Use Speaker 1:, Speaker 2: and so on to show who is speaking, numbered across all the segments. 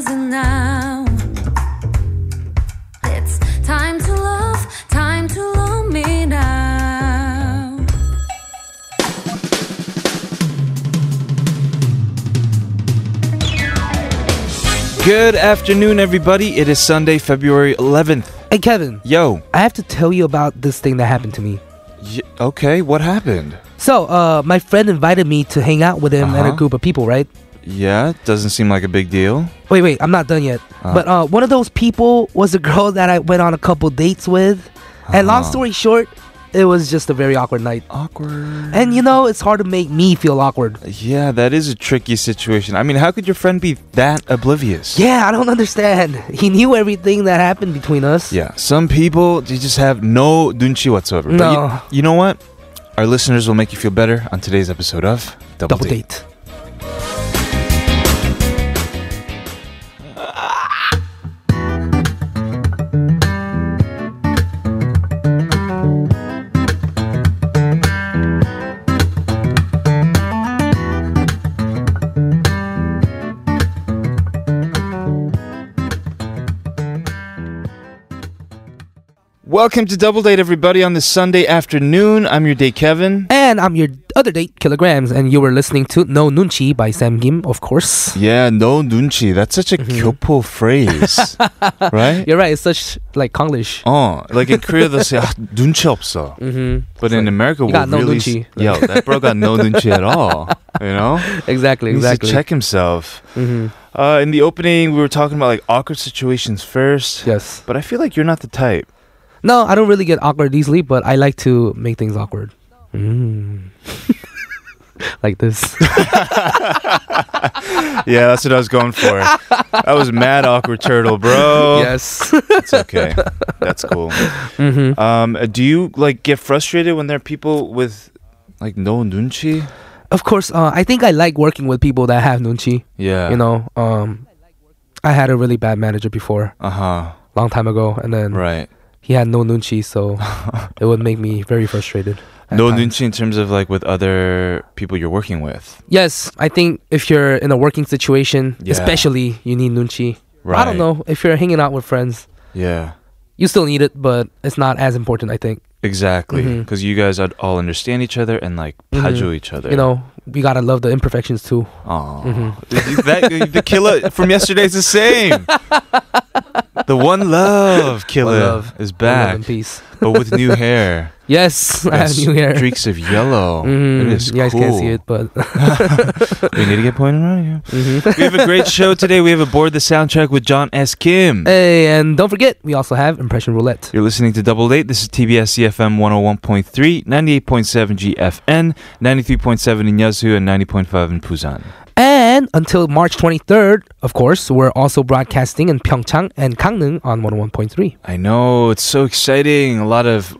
Speaker 1: isn't now. It's time to love, time to love me now.
Speaker 2: Good afternoon, everybody. It is Sunday, February 11th.
Speaker 3: Hey Kevin,
Speaker 2: Yo.
Speaker 3: I have to tell you about this thing that happened to me.
Speaker 2: Y- okay, what happened?
Speaker 3: So, uh, my friend invited me to hang out with him and
Speaker 2: Uh-huh.
Speaker 3: a group of people, right?
Speaker 2: Yeah, doesn't seem like a big deal.
Speaker 3: Wait, wait, I'm not done yet.
Speaker 2: Uh.
Speaker 3: But uh, one of those people was a girl that I went on a couple dates with. uh, And long
Speaker 2: Uh-huh.
Speaker 3: story short, it was just a very awkward night.
Speaker 2: Awkward.
Speaker 3: And you know, it's hard to make me feel awkward.
Speaker 2: yeah, that is a tricky situation. I mean, how could your friend be that oblivious?
Speaker 3: Yeah, I don't understand. He knew everything that happened between us.
Speaker 2: Yeah, some people they just have no dunchi whatsoever. But
Speaker 3: No.
Speaker 2: you, you know what? Our listeners will make you feel better on today's episode of Double,
Speaker 3: Double
Speaker 2: Date.
Speaker 3: date.
Speaker 2: Welcome to Double Date, everybody, on this Sunday afternoon. I'm your day, Kevin.
Speaker 3: And I'm your other date, Kilograms, and you were listening to No Nunchi by Sam Kim, of course.
Speaker 2: Yeah, no nunchi. That's such a
Speaker 3: Mm-hmm.
Speaker 2: kyopo phrase, right?
Speaker 3: You're right, it's such like Konglish.
Speaker 2: Oh, like in Korea they'll say "Ah, 눈치 없어,"
Speaker 3: Mm-hmm.
Speaker 2: but in America we
Speaker 3: "You got no
Speaker 2: really
Speaker 3: 눈치."
Speaker 2: yo that bro got no nunchi at all. You know,
Speaker 3: Exactly,
Speaker 2: he needs to
Speaker 3: exactly.
Speaker 2: check himself.
Speaker 3: hmm
Speaker 2: Uh, in the opening, we were talking about like awkward situations first.
Speaker 3: Yes.
Speaker 2: But I feel like you're not the type.
Speaker 3: No, I don't really get awkward easily, but I like to make things awkward. Mm. like this.
Speaker 2: Yeah, that's what I was going for. I was mad awkward turtle, bro.
Speaker 3: yes.
Speaker 2: It's okay. That's cool.
Speaker 3: hmm
Speaker 2: Um, uh, do you like get frustrated when there are people with like no nunchi?
Speaker 3: Of course, uh, I think I like working with people that have nunchi.
Speaker 2: Yeah.
Speaker 3: You know, um, I had a really bad manager before,
Speaker 2: Uh huh.
Speaker 3: long time ago, and then
Speaker 2: Right.
Speaker 3: he had no nunchi, so it would make me very frustrated. at
Speaker 2: No
Speaker 3: times.
Speaker 2: nunchi in terms of like with other people you're working with.
Speaker 3: Yes, I think if you're in a working situation,
Speaker 2: Yeah.
Speaker 3: especially, you need nunchi.
Speaker 2: Right.
Speaker 3: I don't know if you're hanging out with friends,
Speaker 2: Yeah.
Speaker 3: you still need it, but it's not as important, I think.
Speaker 2: Exactly.
Speaker 3: Mhm.
Speaker 2: Because you guys ad- all understand each other and like
Speaker 3: Mhm.
Speaker 2: pajo each other.
Speaker 3: you know, we gotta love the imperfections too.
Speaker 2: Aw.
Speaker 3: Mhm.
Speaker 2: that, the killer from yesterday's the same. The one love killer
Speaker 3: love.
Speaker 2: is
Speaker 3: Love
Speaker 2: back,
Speaker 3: and peace.
Speaker 2: but with new hair.
Speaker 3: Yes, I have
Speaker 2: Got
Speaker 3: new hair.
Speaker 2: Streaks of yellow.
Speaker 3: Mhm.
Speaker 2: It is
Speaker 3: you guys
Speaker 2: cool.
Speaker 3: can't see it, but
Speaker 2: We need to get pointed out here.
Speaker 3: Mhm.
Speaker 2: We have a great show today. We have aboard the soundtrack with John S. Kim.
Speaker 3: hey, and don't forget, we also have impression roulette.
Speaker 2: You're listening to Double Date. This is TBS CFM 101.3, 98.7 GFN, 93.7 in Yazoo, and 90.5 in Busan.
Speaker 3: And until March 23rd, of course, we're also broadcasting in Pyeongchang and Gangneung on 101.3.
Speaker 2: I know it's so exciting. A lot of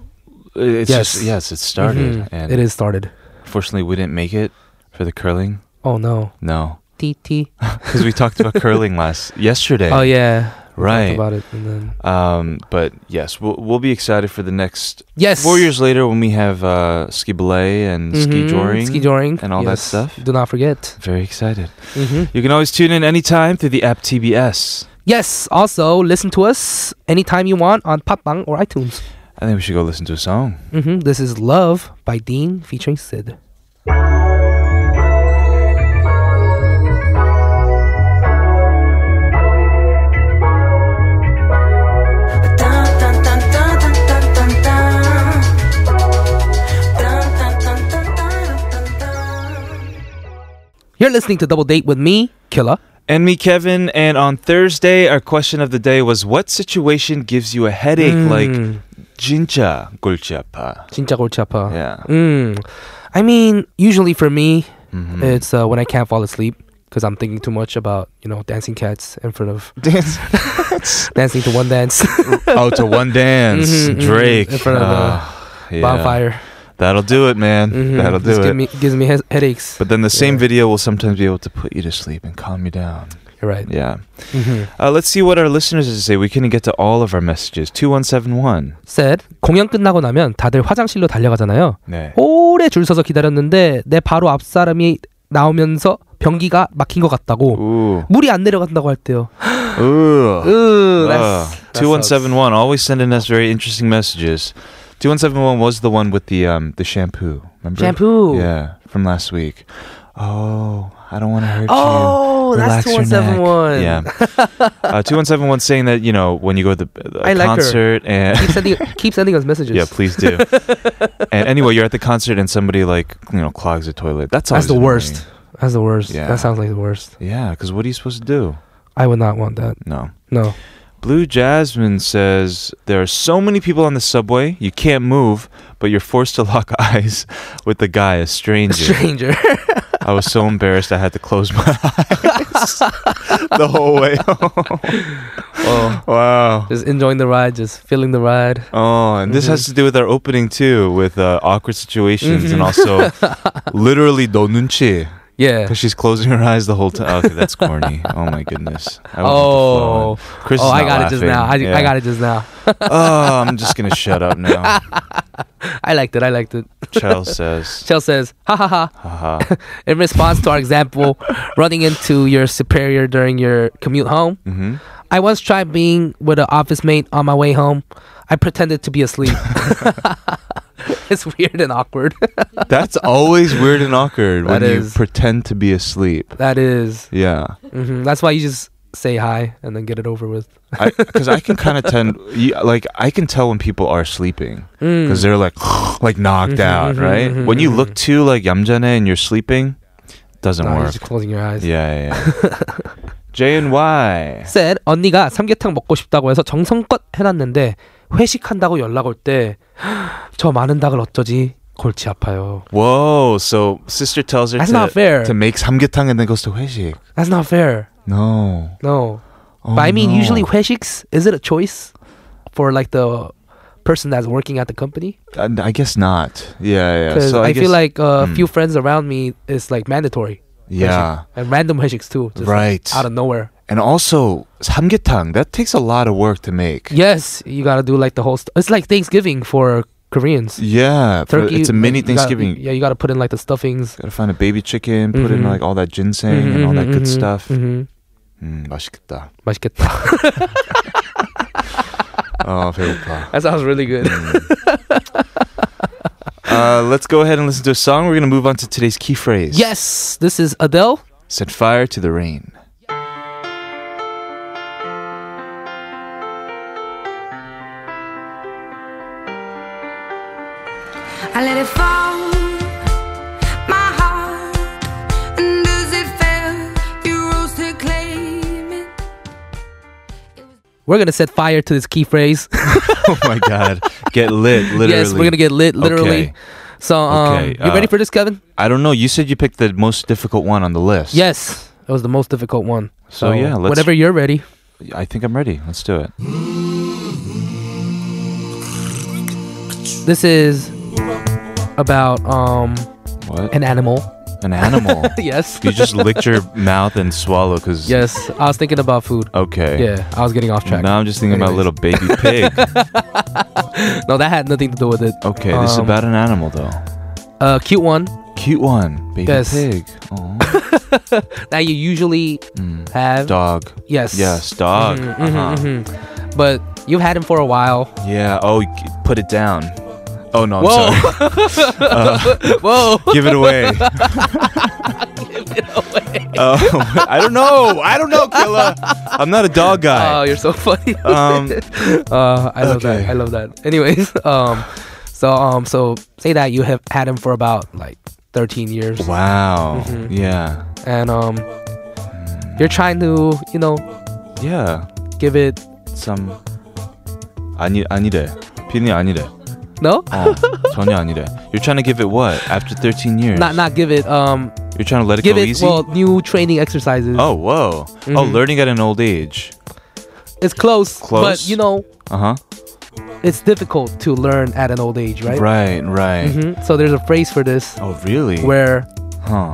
Speaker 2: it's
Speaker 3: Yes.
Speaker 2: just yes, Mm-hmm. it started,
Speaker 3: Mhm.
Speaker 2: and
Speaker 3: it is started.
Speaker 2: fortunately we didn't make it for the curling.
Speaker 3: Oh no,
Speaker 2: No,
Speaker 3: TT.
Speaker 2: because we talked about curling last yesterday,
Speaker 3: Oh yeah, We talked
Speaker 2: right?
Speaker 3: about it, and then
Speaker 2: Um, but yes, we'll we'll be excited for the next
Speaker 3: yes,
Speaker 2: four years later when we have uh, ski belay and Mm-hmm. ski
Speaker 3: Mhm,
Speaker 2: joring.
Speaker 3: ski joring,
Speaker 2: and all that
Speaker 3: Yes.
Speaker 2: stuff. Mm-hmm.
Speaker 3: Do not forget.
Speaker 2: Very excited.
Speaker 3: hmm
Speaker 2: You can always tune in anytime through the app TBS.
Speaker 3: Yes. Also, listen to us anytime you want on Popbang or iTunes.
Speaker 2: I think we should go listen to a song.
Speaker 3: hmm This is Love by Dean featuring Sid. You're listening to Double Date with me, Killa.
Speaker 2: And me, Kevin. And on Thursday, our question of the day was what situation gives you a headache
Speaker 3: Hmm.
Speaker 2: like 진짜 골치 아파?
Speaker 3: Mm, 진짜 골치 아파.
Speaker 2: Yeah.
Speaker 3: Mm. I mean, usually for me,
Speaker 2: Mhm.
Speaker 3: it's uh, when I can't fall asleep because I'm thinking too much about you know dancing cats in front of dancing to one dance
Speaker 2: oh, to one dance,
Speaker 3: Mhm, mhm.
Speaker 2: Drake
Speaker 3: In front of the
Speaker 2: the
Speaker 3: bonfire.
Speaker 2: That'll do it, man.
Speaker 3: Mhm.
Speaker 2: That'll
Speaker 3: This
Speaker 2: do it.
Speaker 3: give me, gives me he- headaches.
Speaker 2: but then the same
Speaker 3: Yeah.
Speaker 2: video will sometimes be able to put you to sleep and calm you down.
Speaker 3: You're right.
Speaker 2: Yeah.
Speaker 3: Mhm.
Speaker 2: Uh, let's see what our listeners have to say. We couldn't get to all of our messages. 2171.
Speaker 3: said 공연 끝나고 나면 다들 화장실로 달려가잖아요.
Speaker 2: 네.
Speaker 3: 오래 줄 서서 기다렸는데 내 바로 앞 사람이 나오면서 변기가 막힌 것 같다고
Speaker 2: Ooh.
Speaker 3: 물이 안 내려간다고 할 때요.
Speaker 2: 아. Ooh.
Speaker 3: 으,
Speaker 2: Uh,
Speaker 3: that's- that
Speaker 2: 2171 always sending us very interesting messages. 2171 was the one with the um the shampoo. Remember?
Speaker 3: Shampoo.
Speaker 2: Yeah, from last week. Oh, I don't want to hurt you.
Speaker 3: Oh,
Speaker 2: Relax
Speaker 3: that's
Speaker 2: your
Speaker 3: two one seven one.
Speaker 2: neck. Yeah. Uh, 2171 saying that, you know, when you go to the a
Speaker 3: I like her.
Speaker 2: concert and
Speaker 3: Keep sending, keep sending us messages.
Speaker 2: Yeah, please do. and anyway, you're at the concert and somebody like, you know, clogs the toilet. That's always
Speaker 3: That's the
Speaker 2: annoying.
Speaker 3: worst. That's the worst.
Speaker 2: Yeah.
Speaker 3: That sounds like the worst.
Speaker 2: Yeah, cuz what are you supposed to do?
Speaker 3: I would not want that.
Speaker 2: No.
Speaker 3: No.
Speaker 2: Blue Jasmine says there are so many people on the subway, you can't move, but you're forced to lock eyes with the guy, a
Speaker 3: A
Speaker 2: stranger.
Speaker 3: stranger.
Speaker 2: I was so embarrassed I had to close my eyes the whole way.
Speaker 3: oh.
Speaker 2: wow.
Speaker 3: Just enjoying the ride, just feeling the ride.
Speaker 2: Oh, and this
Speaker 3: Mm-hmm.
Speaker 2: has to do with our opening too, with uh, awkward situations and
Speaker 3: Mhm.
Speaker 2: also literally no nunchi
Speaker 3: Yeah.
Speaker 2: because she's closing her eyes the whole time. Okay, that's corny. Oh my goodness. I went with the flow.
Speaker 3: Oh.
Speaker 2: Chris
Speaker 3: oh,
Speaker 2: is
Speaker 3: I
Speaker 2: not
Speaker 3: got it just
Speaker 2: laughing.
Speaker 3: now. I,
Speaker 2: Yeah.
Speaker 3: I got it just now.
Speaker 2: Oh, I'm just gonna shut up now.
Speaker 3: I liked it. I liked it.
Speaker 2: Charles says.
Speaker 3: Chell says, ha ha ha.
Speaker 2: Haha.
Speaker 3: In response to our example, running into your superior during your commute home,
Speaker 2: Mm-hmm.
Speaker 3: I once tried being with an office mate on my way home. I pretended to be asleep. it's weird and awkward.
Speaker 2: That's always weird and awkward when
Speaker 3: That
Speaker 2: you
Speaker 3: is.
Speaker 2: pretend to be asleep.
Speaker 3: that is.
Speaker 2: Yeah,
Speaker 3: Mhm. That's why you just say hi and then get it over with.
Speaker 2: because I, can kind of tend, you, like, I can tell when people are sleeping because they're like, like knocked
Speaker 3: Mhm,
Speaker 2: out,
Speaker 3: mhm,
Speaker 2: right?
Speaker 3: mhm,
Speaker 2: when you
Speaker 3: mhm.
Speaker 2: look too like yamjane and you're sleeping, doesn't
Speaker 3: No, you're
Speaker 2: work.
Speaker 3: just closing your eyes.
Speaker 2: Yeah, yeah. yeah. J and Y.
Speaker 3: said 언니가 삼계탕 먹고 싶다고 해서 정성껏 해놨는데 회식한다고 연락 올 때 저 많은 닭을 어쩌지 골치 아파요.
Speaker 2: Whoa! So sister tells her
Speaker 3: That's
Speaker 2: to,
Speaker 3: not fair.
Speaker 2: to make samgyetang and then goes to 회식.
Speaker 3: That's not fair.
Speaker 2: No.
Speaker 3: No.
Speaker 2: Oh,
Speaker 3: but I mean,
Speaker 2: no.
Speaker 3: usually 회식s is it a choice for like the person that's working at the company?
Speaker 2: I, Uh, I guess not. Yeah, yeah.
Speaker 3: Because
Speaker 2: So I,
Speaker 3: I, feel
Speaker 2: guess-
Speaker 3: like a
Speaker 2: Mm.
Speaker 3: few friends around me is like mandatory
Speaker 2: yeah,
Speaker 3: and random 회식s too, just
Speaker 2: right.
Speaker 3: out of nowhere.
Speaker 2: And also samgyetang that takes a lot of work to make.
Speaker 3: Yes, you gotta do like the whole. St- it's like Thanksgiving for Koreans.
Speaker 2: Yeah, for-
Speaker 3: Turkey.
Speaker 2: it's a mini
Speaker 3: you gotta-
Speaker 2: Thanksgiving.
Speaker 3: yeah, you gotta put in like the stuffings.
Speaker 2: Gotta find a baby chicken, put in
Speaker 3: Mhm.
Speaker 2: like all that ginseng and all that good
Speaker 3: Mhm,
Speaker 2: stuff.
Speaker 3: mhm.
Speaker 2: 음, 맛있겠다.
Speaker 3: 맛있겠다.
Speaker 2: 어, 배고파.
Speaker 3: That sounds really good.
Speaker 2: Uh, let's go ahead and listen to a song. We're gonna move on to today's key phrase.
Speaker 3: yes, this is Adele.
Speaker 2: Set fire to the rain.
Speaker 1: I let it fall, my heart. And as it fell, you rose to claim it.
Speaker 3: We're gonna set fire to this key phrase.
Speaker 2: oh my God. Get lit, literally.
Speaker 3: yes, we're gonna get lit, literally.
Speaker 2: Okay.
Speaker 3: So, um,
Speaker 2: Okay,
Speaker 3: you ready
Speaker 2: uh,
Speaker 3: for this, Kevin?
Speaker 2: I don't know. You said you picked the most difficult one on the list.
Speaker 3: Yes, it was the most difficult one.
Speaker 2: So, yeah, let's-
Speaker 3: whenever you're ready.
Speaker 2: I think I'm ready. Let's do it.
Speaker 3: This is about um
Speaker 2: What?
Speaker 3: an animal.
Speaker 2: An animal.
Speaker 3: yes.
Speaker 2: you just licked your mouth and swallow because.
Speaker 3: yes, I was thinking about food.
Speaker 2: Okay.
Speaker 3: Yeah, I was getting off track.
Speaker 2: Now I'm just thinking about
Speaker 3: Anyways.
Speaker 2: little baby pig.
Speaker 3: No, that had nothing to do with it.
Speaker 2: Okay, this is
Speaker 3: Um,
Speaker 2: about an animal though.
Speaker 3: A cute one
Speaker 2: Cute one, baby
Speaker 3: Yes.
Speaker 2: pig. Oh,
Speaker 3: that you usually
Speaker 2: mm.
Speaker 3: have.
Speaker 2: Dog.
Speaker 3: Yes.
Speaker 2: Yes, dog.
Speaker 3: Mhm, mhm,
Speaker 2: uh-huh.
Speaker 3: mhm. But you've had him for a while.
Speaker 2: Yeah. Oh, g- put it down. Oh no, I'm
Speaker 3: Whoa.
Speaker 2: sorry.
Speaker 3: Whoa.
Speaker 2: Give it away. Give it away. Oh, I don't know. I don't know, Killa. I'm not a dog
Speaker 3: Oh,
Speaker 2: guy.
Speaker 3: you're so funny.
Speaker 2: um,
Speaker 3: uh, I love
Speaker 2: Okay.
Speaker 3: that. I love that. Anyways, um, so um, so say that you have had him for about like 13 years,
Speaker 2: wow.
Speaker 3: Mhm.
Speaker 2: Yeah.
Speaker 3: and um,
Speaker 2: Mm.
Speaker 3: you're trying to you know
Speaker 2: Yeah.
Speaker 3: give it
Speaker 2: Some. 아니 아니래. 빈이 아니래.
Speaker 3: no,
Speaker 2: 어, 전혀 아니래. You're trying to give it what? After 13 years.
Speaker 3: not not give it um,
Speaker 2: You're trying to let it
Speaker 3: give
Speaker 2: go
Speaker 3: it
Speaker 2: easy.
Speaker 3: well new training exercises.
Speaker 2: Oh, whoa. Oh,
Speaker 3: Mhm.
Speaker 2: learning at an old age.
Speaker 3: it's close,
Speaker 2: Close.
Speaker 3: but you know
Speaker 2: Uh huh.
Speaker 3: it's difficult to learn at an old age, right?
Speaker 2: Right, right.
Speaker 3: hmm So there's a phrase for this
Speaker 2: Oh, really?
Speaker 3: where
Speaker 2: Huh.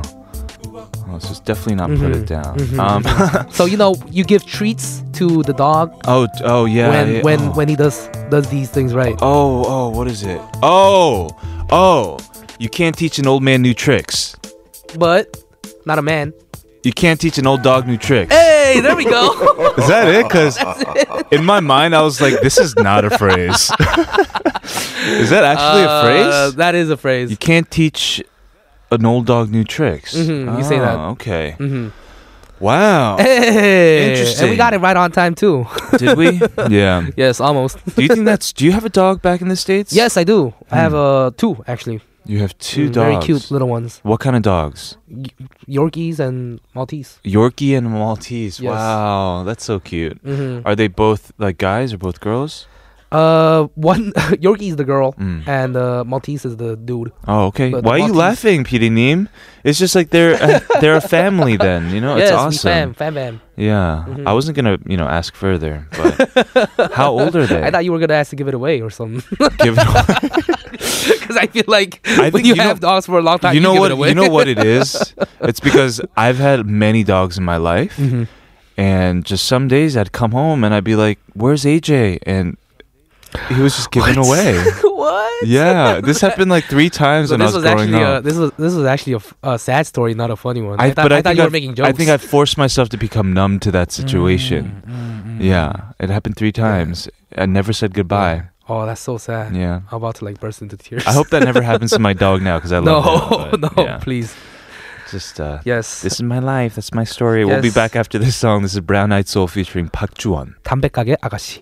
Speaker 2: Oh, so it's definitely not put
Speaker 3: Mhm,
Speaker 2: it down.
Speaker 3: mhm,
Speaker 2: Um,
Speaker 3: so you know you give treats to the dog
Speaker 2: oh, oh, yeah.
Speaker 3: when
Speaker 2: yeah,
Speaker 3: when
Speaker 2: oh.
Speaker 3: when he does does these things right.
Speaker 2: Oh, oh, what is it? Oh, oh. You can't teach an old man new tricks.
Speaker 3: But not a man.
Speaker 2: You can't teach an old dog new tricks.
Speaker 3: Hey, there we go.
Speaker 2: Is that it? Because in my mind, I was like, this is not a phrase. is that actually
Speaker 3: Uh,
Speaker 2: a phrase?
Speaker 3: That is a phrase.
Speaker 2: You can't teach an old dog new tricks.
Speaker 3: Mhm, you say that.
Speaker 2: Ah, Okay.
Speaker 3: Mhm.
Speaker 2: Wow.
Speaker 3: Hey, And
Speaker 2: Interesting.
Speaker 3: we got it right on time too.
Speaker 2: Did we? Yeah.
Speaker 3: yes, almost.
Speaker 2: Do you think that's? Do you have a dog back in the states?
Speaker 3: yes, I do. I have uh two actually.
Speaker 2: You have Hmm. two
Speaker 3: Mm,
Speaker 2: dogs.
Speaker 3: Very cute little ones.
Speaker 2: What kind of dogs?
Speaker 3: Y- Yorkies and Maltese.
Speaker 2: Yorkie and Maltese.
Speaker 3: Yes.
Speaker 2: Wow, that's so cute.
Speaker 3: hmm
Speaker 2: Are they both like guys or both girls?
Speaker 3: Uh, one Yorkie is the girl,
Speaker 2: Mm.
Speaker 3: and uh, Maltese is the dude.
Speaker 2: Oh, okay.
Speaker 3: But the
Speaker 2: Why are you
Speaker 3: Maltese-
Speaker 2: laughing, PD Neem? It's just like they're uh, they're a family then. You know,
Speaker 3: yes,
Speaker 2: Oh, it's
Speaker 3: we
Speaker 2: awesome.
Speaker 3: fam, fam, fam.
Speaker 2: Yeah,
Speaker 3: Mhm.
Speaker 2: I wasn't gonna you know ask further, but how old are they?
Speaker 3: I thought you were gonna ask to give it away or something,
Speaker 2: Give it away.
Speaker 3: because I feel like
Speaker 2: I
Speaker 3: when
Speaker 2: think you
Speaker 3: you,
Speaker 2: know-
Speaker 3: have dogs for a long time,
Speaker 2: you know
Speaker 3: give
Speaker 2: what?
Speaker 3: It away.
Speaker 2: You know what it is? It's because I've had many dogs in my life.
Speaker 3: Mhm.
Speaker 2: And just some days I'd come home and I'd be like, "Where's AJ?" And he was just given away.
Speaker 3: what?
Speaker 2: yeah, this happened like three times
Speaker 3: So
Speaker 2: when I
Speaker 3: this
Speaker 2: was,
Speaker 3: was
Speaker 2: growing
Speaker 3: actually uh, a,
Speaker 2: up.
Speaker 3: this was this was actually a, f- a sad story, not a funny one. I,
Speaker 2: but
Speaker 3: thought, I thought
Speaker 2: think
Speaker 3: you were
Speaker 2: I've-
Speaker 3: making jokes. Mm-hmm. Mm.
Speaker 2: I think I forced myself to become numb to that situation. Yeah, it happened three times. I never said goodbye.
Speaker 3: oh, that's so sad.
Speaker 2: Yeah,
Speaker 3: I'm about to like burst into tears.
Speaker 2: I hope that never happens to my dog now because I
Speaker 3: no,
Speaker 2: love him.
Speaker 3: no,
Speaker 2: but yeah,
Speaker 3: please.
Speaker 2: just uh,
Speaker 3: Yes.
Speaker 2: this is my life. That's my story. We'll be
Speaker 3: Yes.
Speaker 2: back after this song. This is Brown Eyed Soul featuring Park Juwon.
Speaker 3: 담배 가게 아가씨.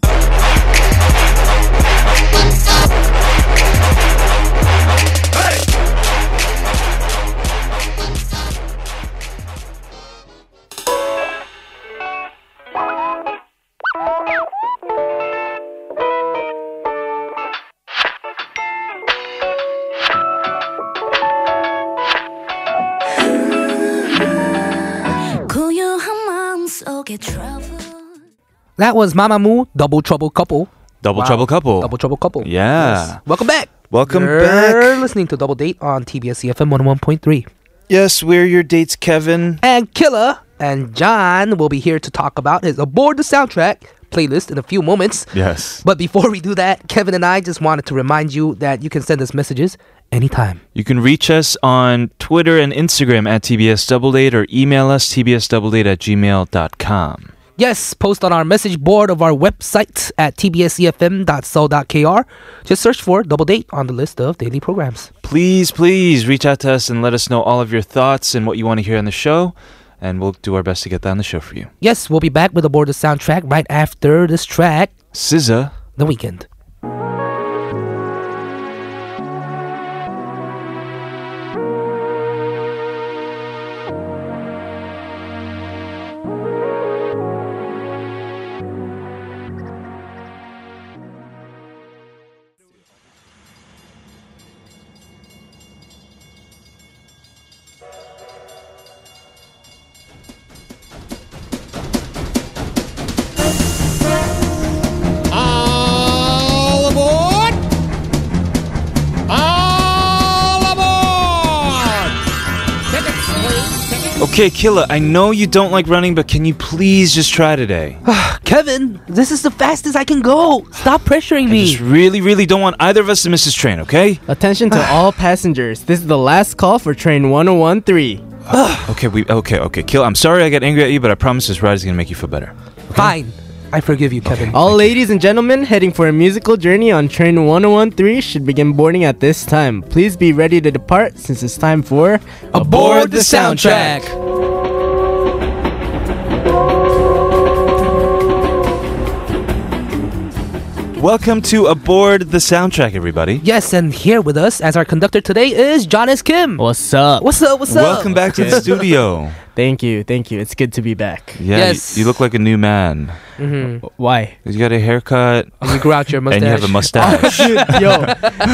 Speaker 1: 고요한 마음 속에 trouble
Speaker 3: That was Mamamoo Double Trouble Couple.
Speaker 2: Double
Speaker 3: Wow.
Speaker 2: trouble couple.
Speaker 3: Double Trouble Couple.
Speaker 2: Yeah.
Speaker 3: Welcome back.
Speaker 2: Welcome
Speaker 3: You're
Speaker 2: back.
Speaker 3: listening to Double Date on TBS EFM 101.3.
Speaker 2: Yes, we're your dates, Kevin.
Speaker 3: And Killer and John will be here to talk about his Aboard the Soundtrack playlist in a few moments.
Speaker 2: Yes.
Speaker 3: But before we do that, Kevin and I just wanted to remind you that you can send us messages anytime.
Speaker 2: You can reach us on Twitter and Instagram at TBS Double Date or email us tbsdoubledate at gmail.com.
Speaker 3: Yes, post on our message board of our website at tbsefm.so.kr. Just search for Double Date on the list of daily programs.
Speaker 2: Please, please reach out to us and let us know all of your thoughts and what you want to hear on the show, and we'll do our best to get that on the show for you.
Speaker 3: Yes, we'll be back with Aboard the Soundtrack right after this track,
Speaker 2: SZA,
Speaker 3: The Weekend.
Speaker 4: All aboard! All aboard! Tickets, please. Tickets.
Speaker 2: Okay, Killa, I know you don't like running, but can you please just try today?
Speaker 3: Kevin, this is the fastest I can go. Stop pressuring
Speaker 2: I
Speaker 3: me.
Speaker 2: just really, really don't want either of us to miss this train, okay?
Speaker 5: Attention to all passengers. This is the last call for train 1013.
Speaker 2: Okay, we okay, okay. Killa, I'm sorry I got angry at you, but I promise this ride is gonna make you feel better.
Speaker 3: Fine. I forgive you, Kevin.
Speaker 5: All ladies and gentlemen heading for a musical journey on train 1013 should begin boarding at this time. Please be ready to depart since it's time for
Speaker 3: Aboard the Soundtrack.
Speaker 2: Welcome to Aboard the Soundtrack, everybody.
Speaker 3: Yes, and here with us as our conductor today is John S. Kim.
Speaker 5: What's up?
Speaker 3: What's up? What's up?
Speaker 2: Welcome back to the studio.
Speaker 5: Thank you, thank you. It's good to be back.
Speaker 2: Yeah,
Speaker 3: Yes.
Speaker 2: you, you look like a new man.
Speaker 3: Mm-hmm.
Speaker 5: Why?
Speaker 2: You got a haircut
Speaker 3: You grew out your mustache.
Speaker 2: and you have a mustache.
Speaker 5: Dude, yo,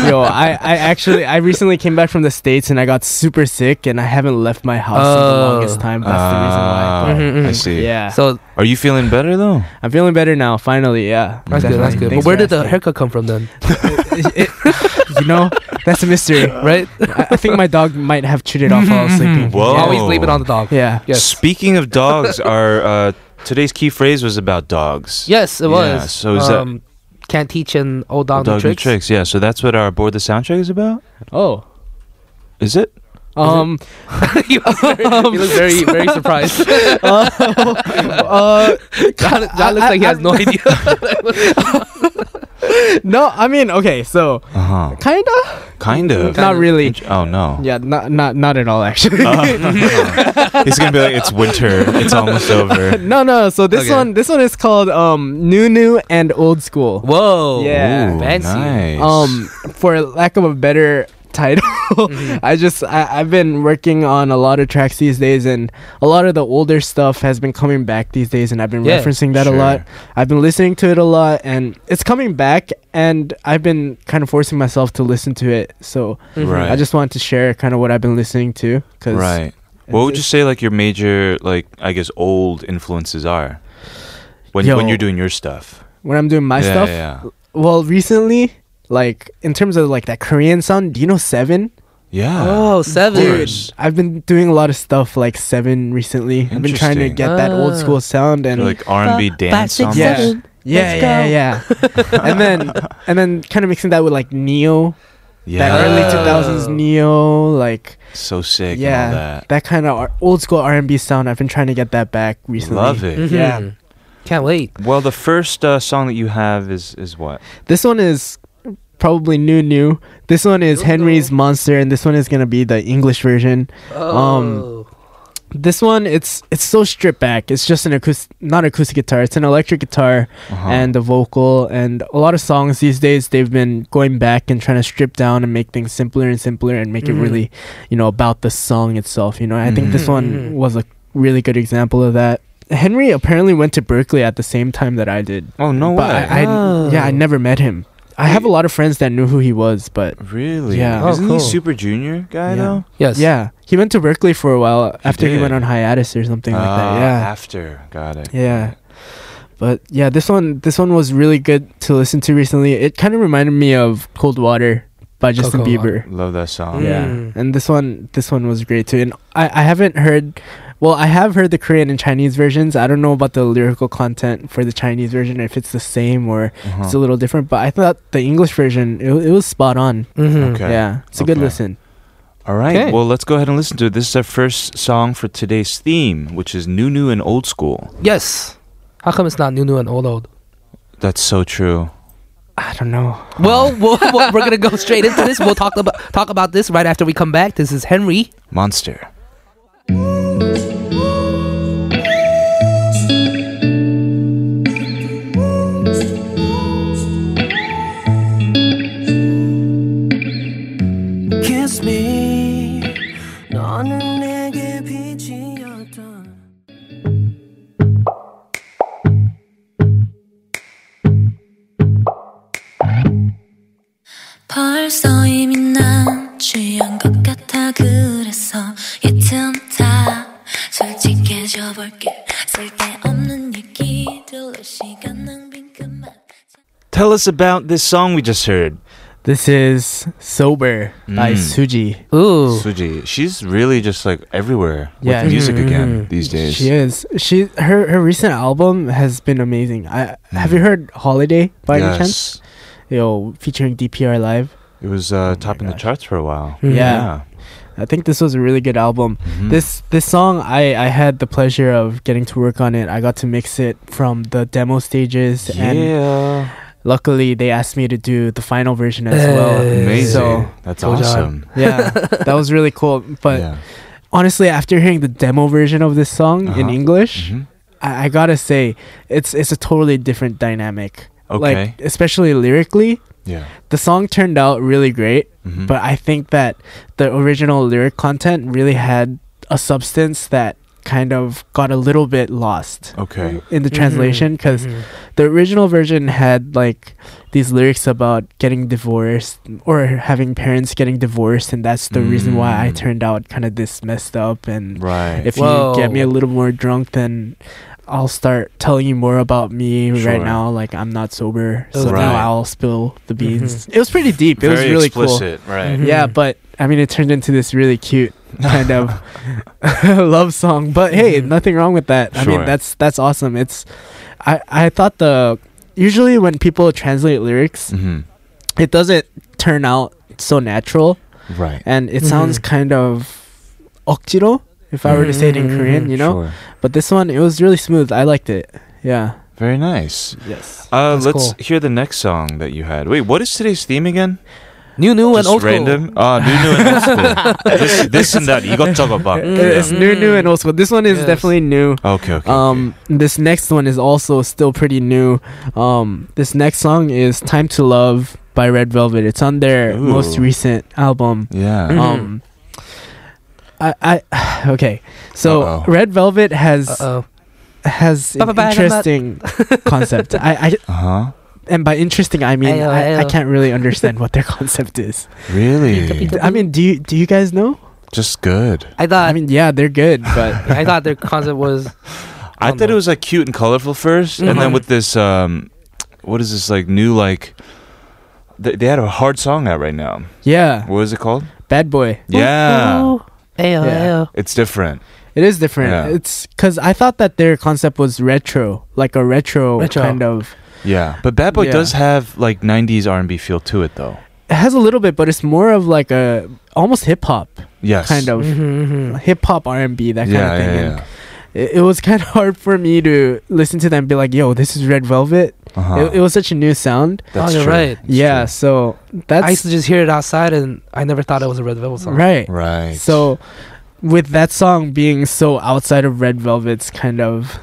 Speaker 5: yo, I, I actually, I recently came back from the States and I got super sick and I haven't left my house in the
Speaker 3: Oh.
Speaker 5: longest time. That's the reason why.
Speaker 2: Ah,
Speaker 3: Mhm, mhm.
Speaker 2: I see.
Speaker 5: Yeah.
Speaker 3: So
Speaker 2: Are you feeling better though?
Speaker 5: I'm feeling better now, finally. Yeah.
Speaker 3: that's good. That's good.
Speaker 5: Thanks
Speaker 3: But where
Speaker 5: for
Speaker 3: did the
Speaker 5: asking.
Speaker 3: haircut come from then?
Speaker 5: It- it- you know, that's a mystery.
Speaker 3: Right?
Speaker 5: I, I think my dog might have chewed it off while I was sleeping.
Speaker 2: Whoa.
Speaker 5: Yeah.
Speaker 3: Always leave it on the dog.
Speaker 5: Yeah.
Speaker 3: Yes.
Speaker 2: Speaking of dogs, our uh, today's key phrase was about dogs.
Speaker 3: Yes, it
Speaker 2: Yeah,
Speaker 3: was. um,
Speaker 2: so is that-
Speaker 3: can't teach an old
Speaker 2: Dog new
Speaker 3: dog, new tricks.
Speaker 2: tricks. Yeah, so that's what our board the soundtrack is about.
Speaker 5: Oh.
Speaker 2: Is it?
Speaker 5: Um.
Speaker 3: he, was very, he looked very, very surprised.
Speaker 5: uh,
Speaker 3: John, John looks like he has no idea.
Speaker 5: no, I mean, okay, so
Speaker 2: Uh huh.
Speaker 5: kinda,
Speaker 2: Kind of.
Speaker 5: not really.
Speaker 2: Oh no.
Speaker 5: Yeah, not not not at all actually.
Speaker 2: Uh, he's gonna be like, it's winter. It's almost over.
Speaker 5: no, no. So this
Speaker 3: Okay.
Speaker 5: one, this one is called um new new and old school.
Speaker 3: Whoa.
Speaker 5: Yeah.
Speaker 2: Ooh,
Speaker 3: Fancy.
Speaker 2: Nice.
Speaker 5: Um, for lack of a better title,
Speaker 2: Mm-hmm.
Speaker 5: I just I, I've been working on a lot of tracks these days, and a lot of the older stuff has been coming back these days, and I've been
Speaker 3: Yeah,
Speaker 5: referencing that a
Speaker 2: sure.
Speaker 5: lot. I've been listening to it a lot, and it's coming back, and I've been kind of forcing myself to listen to it. So
Speaker 2: Mm-hmm. Right.
Speaker 5: I just wanted to share kind of what I've been listening to, cause
Speaker 2: right. What would
Speaker 5: it's-
Speaker 2: you say like your major like I guess old influences are when when
Speaker 5: Yo.
Speaker 2: you're doing your stuff?
Speaker 5: when I'm doing my
Speaker 2: yeah,
Speaker 5: stuff,
Speaker 2: Yeah.
Speaker 5: well, recently. Like in terms of like that Korean sound, do you know Seven?
Speaker 2: Yeah.
Speaker 3: Oh, seven.
Speaker 2: Dude.
Speaker 5: I've been doing a lot of stuff like Seven recently. I've been trying to
Speaker 2: Interesting.
Speaker 5: get that old
Speaker 3: Ah.
Speaker 5: school sound and
Speaker 2: You're like R and B dance.
Speaker 3: six,
Speaker 2: almost?
Speaker 5: yeah,
Speaker 3: seven.
Speaker 5: yeah,
Speaker 3: Let's
Speaker 5: yeah, yeah. and then and then kind of mixing that with like neo, that
Speaker 2: Yeah.
Speaker 3: Oh.
Speaker 5: early two thousands neo, like
Speaker 2: so sick.
Speaker 5: yeah,
Speaker 2: And all
Speaker 5: that,
Speaker 2: that.
Speaker 5: kind of r- old school R and B sound. I've been trying to get that back recently. Mm.
Speaker 2: Love it.
Speaker 3: Mhm.
Speaker 5: Yeah.
Speaker 3: Can't wait.
Speaker 2: Well, the first uh, song that you have is is what?
Speaker 5: This one is probably new, new. This one is Henry's Monster, and this one is gonna be the English version.
Speaker 2: Um,
Speaker 3: Oh.
Speaker 5: This one, it's it's so stripped back. It's just an acoustic, not acoustic guitar. It's an electric guitar.
Speaker 2: Uh-huh.
Speaker 5: and the vocal and a lot of songs these days they've been going back and trying to strip down and make things simpler and simpler and make
Speaker 3: Mhm.
Speaker 5: it really you know about the song itself you know i think this
Speaker 3: Mhm.
Speaker 5: one was a really good example of that henry apparently went to berkeley at the same time that i did
Speaker 2: oh no way!
Speaker 5: but I, I-
Speaker 3: Oh.
Speaker 5: yeah i never met him i have a lot of friends that knew who he was but
Speaker 2: really?
Speaker 5: Yeah. Oh,
Speaker 2: Isn't he
Speaker 3: cool.
Speaker 2: Super Junior guy
Speaker 5: Yeah.
Speaker 2: though?
Speaker 3: yes.
Speaker 5: yeah he went to berkeley for a while after he
Speaker 2: did.
Speaker 5: went on hiatus or something like
Speaker 2: Ah,
Speaker 5: that yeah
Speaker 2: After, got it.
Speaker 5: Yeah. But yeah, this one this one was really good to listen to recently. It kind of reminded me of Cold Water by Justin
Speaker 3: Cold Water.
Speaker 5: Bieber.
Speaker 2: Love that song.
Speaker 5: Yeah.
Speaker 3: Mm.
Speaker 5: And this one this one was great too. And I, I haven't heard well, I have heard the Korean and Chinese versions. I don't know about the lyrical content for the Chinese version if it's the same or
Speaker 2: Uh-huh.
Speaker 5: it's a little different, but I thought the English version it, it was spot on.
Speaker 3: Mhm.
Speaker 2: Okay.
Speaker 5: Yeah. It's a good
Speaker 2: Okay.
Speaker 5: listen.
Speaker 2: All right.
Speaker 3: Okay.
Speaker 2: Well, let's go ahead and listen to it. This is our first song for today's theme, which is new, new, and old school.
Speaker 3: Yes. How come it's not new, new, and old, old?
Speaker 2: That's so true.
Speaker 5: I don't know.
Speaker 3: Well, we'll, we'll we're gonna go straight into this. We'll talk about talk about this right after we come back. This is Henry.
Speaker 2: Monster.
Speaker 6: Kiss me 너는 내게 빛이었던
Speaker 7: 벌써 이미 난 취한 것 같아 그래서 이 틈 타 솔직해져 볼게 쓸데없는 얘기들로 시간 낭빈 그만
Speaker 2: Tell us about this song we just heard.
Speaker 5: This is Sober by
Speaker 2: Mm.
Speaker 5: Suji.
Speaker 3: Ooh.
Speaker 2: Suji. She's really just like everywhere
Speaker 5: Yeah.
Speaker 2: with music
Speaker 5: Mhm,
Speaker 2: again these days.
Speaker 5: She is. She her her recent album has been amazing. I have you heard Holiday by any chance?
Speaker 2: Mm. yes.
Speaker 5: Yo, featuring DPR Live.
Speaker 2: It was uh, top in the
Speaker 5: Oh gosh.
Speaker 2: charts for a while.
Speaker 5: Yeah. I think this was a really good album.
Speaker 2: Mhm.
Speaker 5: This this song I I had the pleasure of getting to work on it. I got to mix it from the demo stages and
Speaker 2: yeah.
Speaker 5: luckily they asked me to do the final version as well.
Speaker 3: Hey.
Speaker 2: Amazing.
Speaker 5: So
Speaker 2: That's
Speaker 3: so
Speaker 2: awesome.
Speaker 5: yeah, that was really cool. But
Speaker 2: yeah.
Speaker 5: honestly, after hearing the demo version of this song in
Speaker 2: Uh-huh.
Speaker 5: English,
Speaker 2: Mhm.
Speaker 5: I, I gotta say it's it's a totally different dynamic.
Speaker 2: Okay.
Speaker 5: Like especially lyrically,
Speaker 2: yeah.
Speaker 5: the song turned out really great,
Speaker 2: Mhm.
Speaker 5: but I think that the original lyric content really had a substance that kind of got a little bit lost
Speaker 2: Okay.
Speaker 3: Mm-hmm.
Speaker 5: in the translation because
Speaker 3: Mhm.
Speaker 5: the original version had like these lyrics about getting divorced or having parents getting divorced, and that's the reason why I
Speaker 2: Mm.
Speaker 5: turned out kind of this messed up. And
Speaker 2: Right.
Speaker 5: if
Speaker 3: Whoa.
Speaker 5: you get me a little more drunk, then I'll start telling you more about me
Speaker 2: Sure.
Speaker 5: right now. Like I'm not sober, so
Speaker 2: Right. Mm-hmm.
Speaker 5: now I'll spill the beans. It was pretty deep. It was
Speaker 2: Very
Speaker 5: really
Speaker 2: explicit, Mm-hmm. right?
Speaker 5: cool. Yeah, but I mean, it turned into this really cute kind of love song. But hey, nothing wrong with that. I
Speaker 2: Mm-hmm. Sure.
Speaker 5: mean, that's that's awesome. It's I I thought the usually when people translate lyrics,
Speaker 2: hmm
Speaker 5: it doesn't turn out so natural,
Speaker 2: Right.
Speaker 5: and it
Speaker 3: Mhm.
Speaker 5: sounds kind of 억지로 if I were to say it in
Speaker 3: Mhm.
Speaker 5: Korean, you know.
Speaker 2: Sure.
Speaker 5: But this one, it was really smooth. I liked it. Yeah.
Speaker 2: Very nice.
Speaker 5: Yes.
Speaker 2: Uh,
Speaker 3: That's
Speaker 2: let's
Speaker 3: cool.
Speaker 2: hear the next song that you had. Wait, what is today's theme again?
Speaker 3: new new and
Speaker 2: Just
Speaker 3: old
Speaker 2: random? Ah, new, new, and old school. this, this and that. 이것저것 막.
Speaker 5: It's
Speaker 2: Yeah.
Speaker 5: new, new, and old school. This one is
Speaker 3: Mm-hmm. Yes.
Speaker 5: definitely new.
Speaker 2: Okay, okay.
Speaker 5: Um, this next one is also still pretty new. Um, this next song is "Time to Love" by Red Velvet. It's on their
Speaker 2: Ooh.
Speaker 5: most recent album.
Speaker 2: okay. Yeah.
Speaker 3: Mhm.
Speaker 5: Um, I, I, okay. So
Speaker 2: Uh-oh.
Speaker 5: Red Velvet has
Speaker 3: Uh
Speaker 5: has an
Speaker 3: Ba-ba-ba-da-ba.
Speaker 5: interesting concept. I, I,
Speaker 2: Uh huh.
Speaker 5: and by interesting, I mean
Speaker 3: Ayo,
Speaker 5: I, I
Speaker 3: ayo.
Speaker 5: can't really understand what their concept is.
Speaker 2: Really?
Speaker 5: I mean, do you do you guys know?
Speaker 2: Just good.
Speaker 3: I thought
Speaker 5: I mean, yeah, they're good, but
Speaker 3: I thought their concept was
Speaker 2: I
Speaker 3: don't
Speaker 2: thought it
Speaker 3: know.
Speaker 2: was like cute and colorful 1st and then
Speaker 3: Mhm.
Speaker 5: Mm-hmm.
Speaker 2: with this, um, what is this like new like? They, they had a hard song out right now.
Speaker 5: yeah,
Speaker 2: What is it called?
Speaker 5: bad boy.
Speaker 2: Yeah,
Speaker 3: Ooh, ayo,
Speaker 5: Yeah.
Speaker 3: ayo.
Speaker 2: it's different.
Speaker 5: It is different.
Speaker 2: Yeah.
Speaker 5: It's because I thought that their concept was retro, like a retro,
Speaker 3: Retro.
Speaker 5: kind of.
Speaker 2: Yeah, but Bad Boy
Speaker 5: Yeah.
Speaker 2: does have like '90s R&B feel to it, though.
Speaker 5: It has a little bit, but it's more of like a almost hip hop
Speaker 2: Yes,
Speaker 5: kind of
Speaker 3: Mhm, mhm.
Speaker 5: hip hop R and B that
Speaker 2: yeah,
Speaker 5: kind of thing.
Speaker 2: yeah,
Speaker 5: And It, it was kind of hard for me to listen to them and be like, "Yo, this is Red Velvet."
Speaker 2: yeah. Uh-huh.
Speaker 5: It, it was such a new sound.
Speaker 2: That's
Speaker 3: Oh, you're
Speaker 2: true.
Speaker 3: right.
Speaker 2: That's
Speaker 5: yeah, so that's
Speaker 3: I used to just hear it outside, and I never thought it was a Red Velvet song.
Speaker 5: right.
Speaker 2: true. right.
Speaker 5: So with that song being so outside of Red Velvet's kind of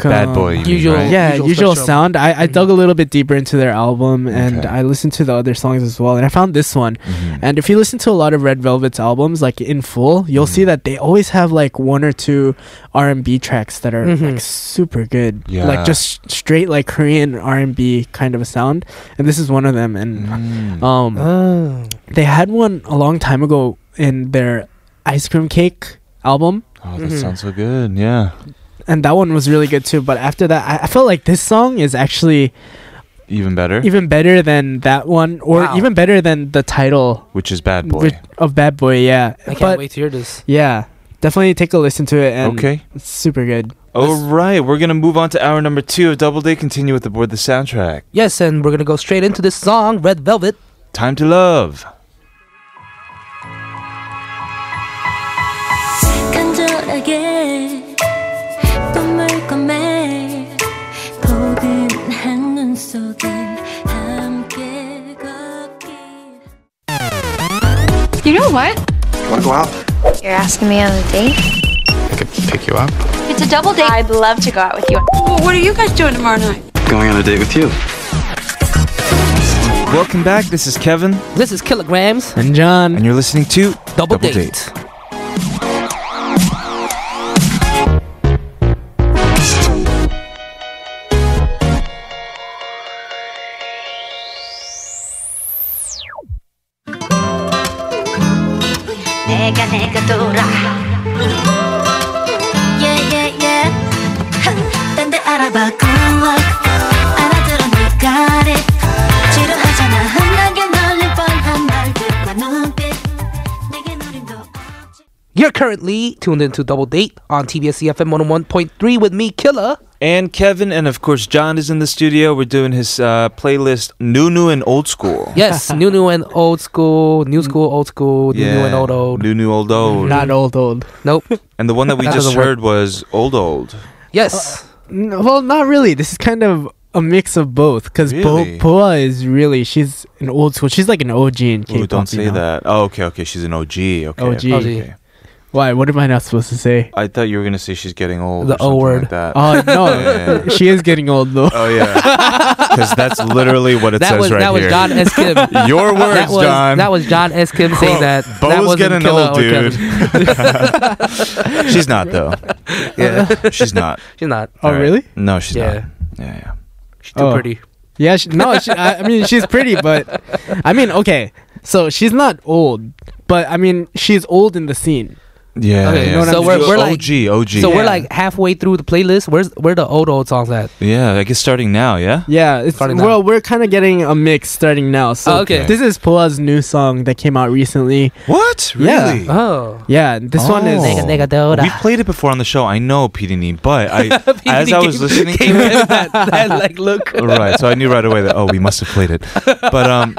Speaker 2: Bad Boy, you mean,
Speaker 3: Usual-
Speaker 2: right?
Speaker 5: yeah, usual,
Speaker 3: spectrum.
Speaker 5: sound. I, I dug a little bit deeper into their album and
Speaker 2: Okay.
Speaker 5: I listened to the other songs as well. And I found this one.
Speaker 2: Mhm.
Speaker 5: And if you listen to a lot of Red Velvet's albums, like in full, you'll
Speaker 2: Mm-hmm.
Speaker 5: see that they always have like one or two R and B tracks that are
Speaker 3: Mhm.
Speaker 5: like super good,
Speaker 2: Yeah.
Speaker 5: like just s- straight like Korean R and B kind of a sound. And this is one of them. And
Speaker 2: Mm.
Speaker 5: um,
Speaker 3: Oh.
Speaker 5: they had one a long time ago in their Ice Cream Cake album.
Speaker 2: oh, that
Speaker 3: mhm.
Speaker 2: sounds so good. Yeah,
Speaker 5: And that one was really good too. But after that, I, I felt like this song is actually
Speaker 2: even better.
Speaker 5: even better than that one, or
Speaker 3: Wow.
Speaker 5: even better than the title
Speaker 2: which is Bad Boy.
Speaker 5: ri- of Bad Boy. Yeah,
Speaker 3: I can't
Speaker 5: but
Speaker 3: wait to hear this.
Speaker 5: yeah, definitely take a listen to it. And
Speaker 2: okay.
Speaker 5: it's super good.
Speaker 2: All right, we're gonna move on to hour number two of Doubleday. Continue with aboard the soundtrack.
Speaker 3: Yes, and we're gonna go straight into this song, Red Velvet.
Speaker 2: Time to love.
Speaker 7: 간절하게 꿈을 꾸매 포근한 눈 속에 함께 걷길
Speaker 8: You know what?
Speaker 9: Want to go out?
Speaker 10: You're asking me on a date?
Speaker 9: I could pick you up.
Speaker 10: It's a double date. I'd love to go out with you.
Speaker 1: Well, what are you guys doing tomorrow night?
Speaker 9: Going on a date with you.
Speaker 2: Welcome back. This is Kevin,
Speaker 3: This is Kilograms
Speaker 5: And John,
Speaker 2: and you're listening to
Speaker 3: Double,
Speaker 2: Double
Speaker 3: Date.
Speaker 2: Date.
Speaker 10: 내가 내가 돌아. Yeah yeah yeah. 딴데 알아봐 good luck. 알아들어 널 got it. 지루하잖아 흔하게 널릴 뻔한 말들과 눈빛. 내게 노림도 없지.
Speaker 3: You're currently tuned into Double Date on TBS EFM 101.3 with me, Killer.
Speaker 2: And Kevin, and of course, John is in the studio. We're doing his uh, playlist, New New and Old School.
Speaker 3: Yes, new, new, and old school, new school, old school, new, new, and old, old.
Speaker 2: New New Old Old.
Speaker 5: not old, old.
Speaker 3: Nope.
Speaker 2: And the one that we
Speaker 3: That
Speaker 2: just
Speaker 3: doesn't work.
Speaker 2: heard was Old Old.
Speaker 3: Yes.
Speaker 5: N- well, not really. This is kind of a mix of both because
Speaker 2: Really?
Speaker 5: Bo- Boa is really she's an old school. She's like an OG in K-pop.
Speaker 2: Ooh, don't say
Speaker 5: you know?
Speaker 2: that. Oh, okay, okay. She's an OG. Okay.
Speaker 5: OG.
Speaker 2: okay, okay.
Speaker 5: Why? What am I not supposed to say?
Speaker 2: I thought you were gonna say she's getting old. or
Speaker 5: The
Speaker 2: something
Speaker 5: O word.
Speaker 2: Like that.
Speaker 3: Uh.
Speaker 5: Oh
Speaker 2: Yeah.
Speaker 5: no, she is getting old though.
Speaker 2: Oh yeah, because that's literally what it says
Speaker 3: that was
Speaker 2: right
Speaker 3: that
Speaker 2: here.
Speaker 3: was John S. Kim.
Speaker 2: Your words,
Speaker 3: that was,
Speaker 2: John.
Speaker 3: That was John S. Kim saying that. that
Speaker 2: Bo's
Speaker 3: wasn't
Speaker 2: getting
Speaker 3: Killer
Speaker 2: old,
Speaker 3: or Kevin.
Speaker 2: dude. she's not though. Yeah, she's not.
Speaker 3: She's not.
Speaker 5: Oh, really?
Speaker 2: No, she's
Speaker 3: Yeah.
Speaker 2: not. Yeah, yeah.
Speaker 3: She's too
Speaker 5: Oh.
Speaker 3: pretty.
Speaker 5: Yeah, she, no, she, I I mean she's pretty, but I mean okay, so she's not old, but I mean she's old in the scene.
Speaker 2: Yeah,
Speaker 3: Okay,
Speaker 2: yeah.
Speaker 5: no, no,
Speaker 3: so
Speaker 5: I'm
Speaker 3: we're,
Speaker 5: just-
Speaker 3: we're like
Speaker 2: OG, OG.
Speaker 3: so
Speaker 5: Yeah.
Speaker 3: we're like halfway through the playlist. Where's where the old old songs at?
Speaker 2: yeah, I guess starting now. Yeah.
Speaker 5: Yeah, it's
Speaker 3: Starting now.
Speaker 5: well we're kind of getting a mix starting now.
Speaker 3: Oh,
Speaker 5: So
Speaker 3: okay.
Speaker 5: this is Poa's new song that came out recently.
Speaker 2: What?
Speaker 5: Yeah.
Speaker 2: Really?
Speaker 3: Oh,
Speaker 5: Yeah, this one is.
Speaker 2: Oh.
Speaker 3: nigga nigga doda.
Speaker 2: We played it before on the show. I know, PDD, E, but I, as I was listening to
Speaker 3: Came
Speaker 2: it,
Speaker 3: in that, that like look.
Speaker 2: right. So I knew right away that oh, we must have played it. But um,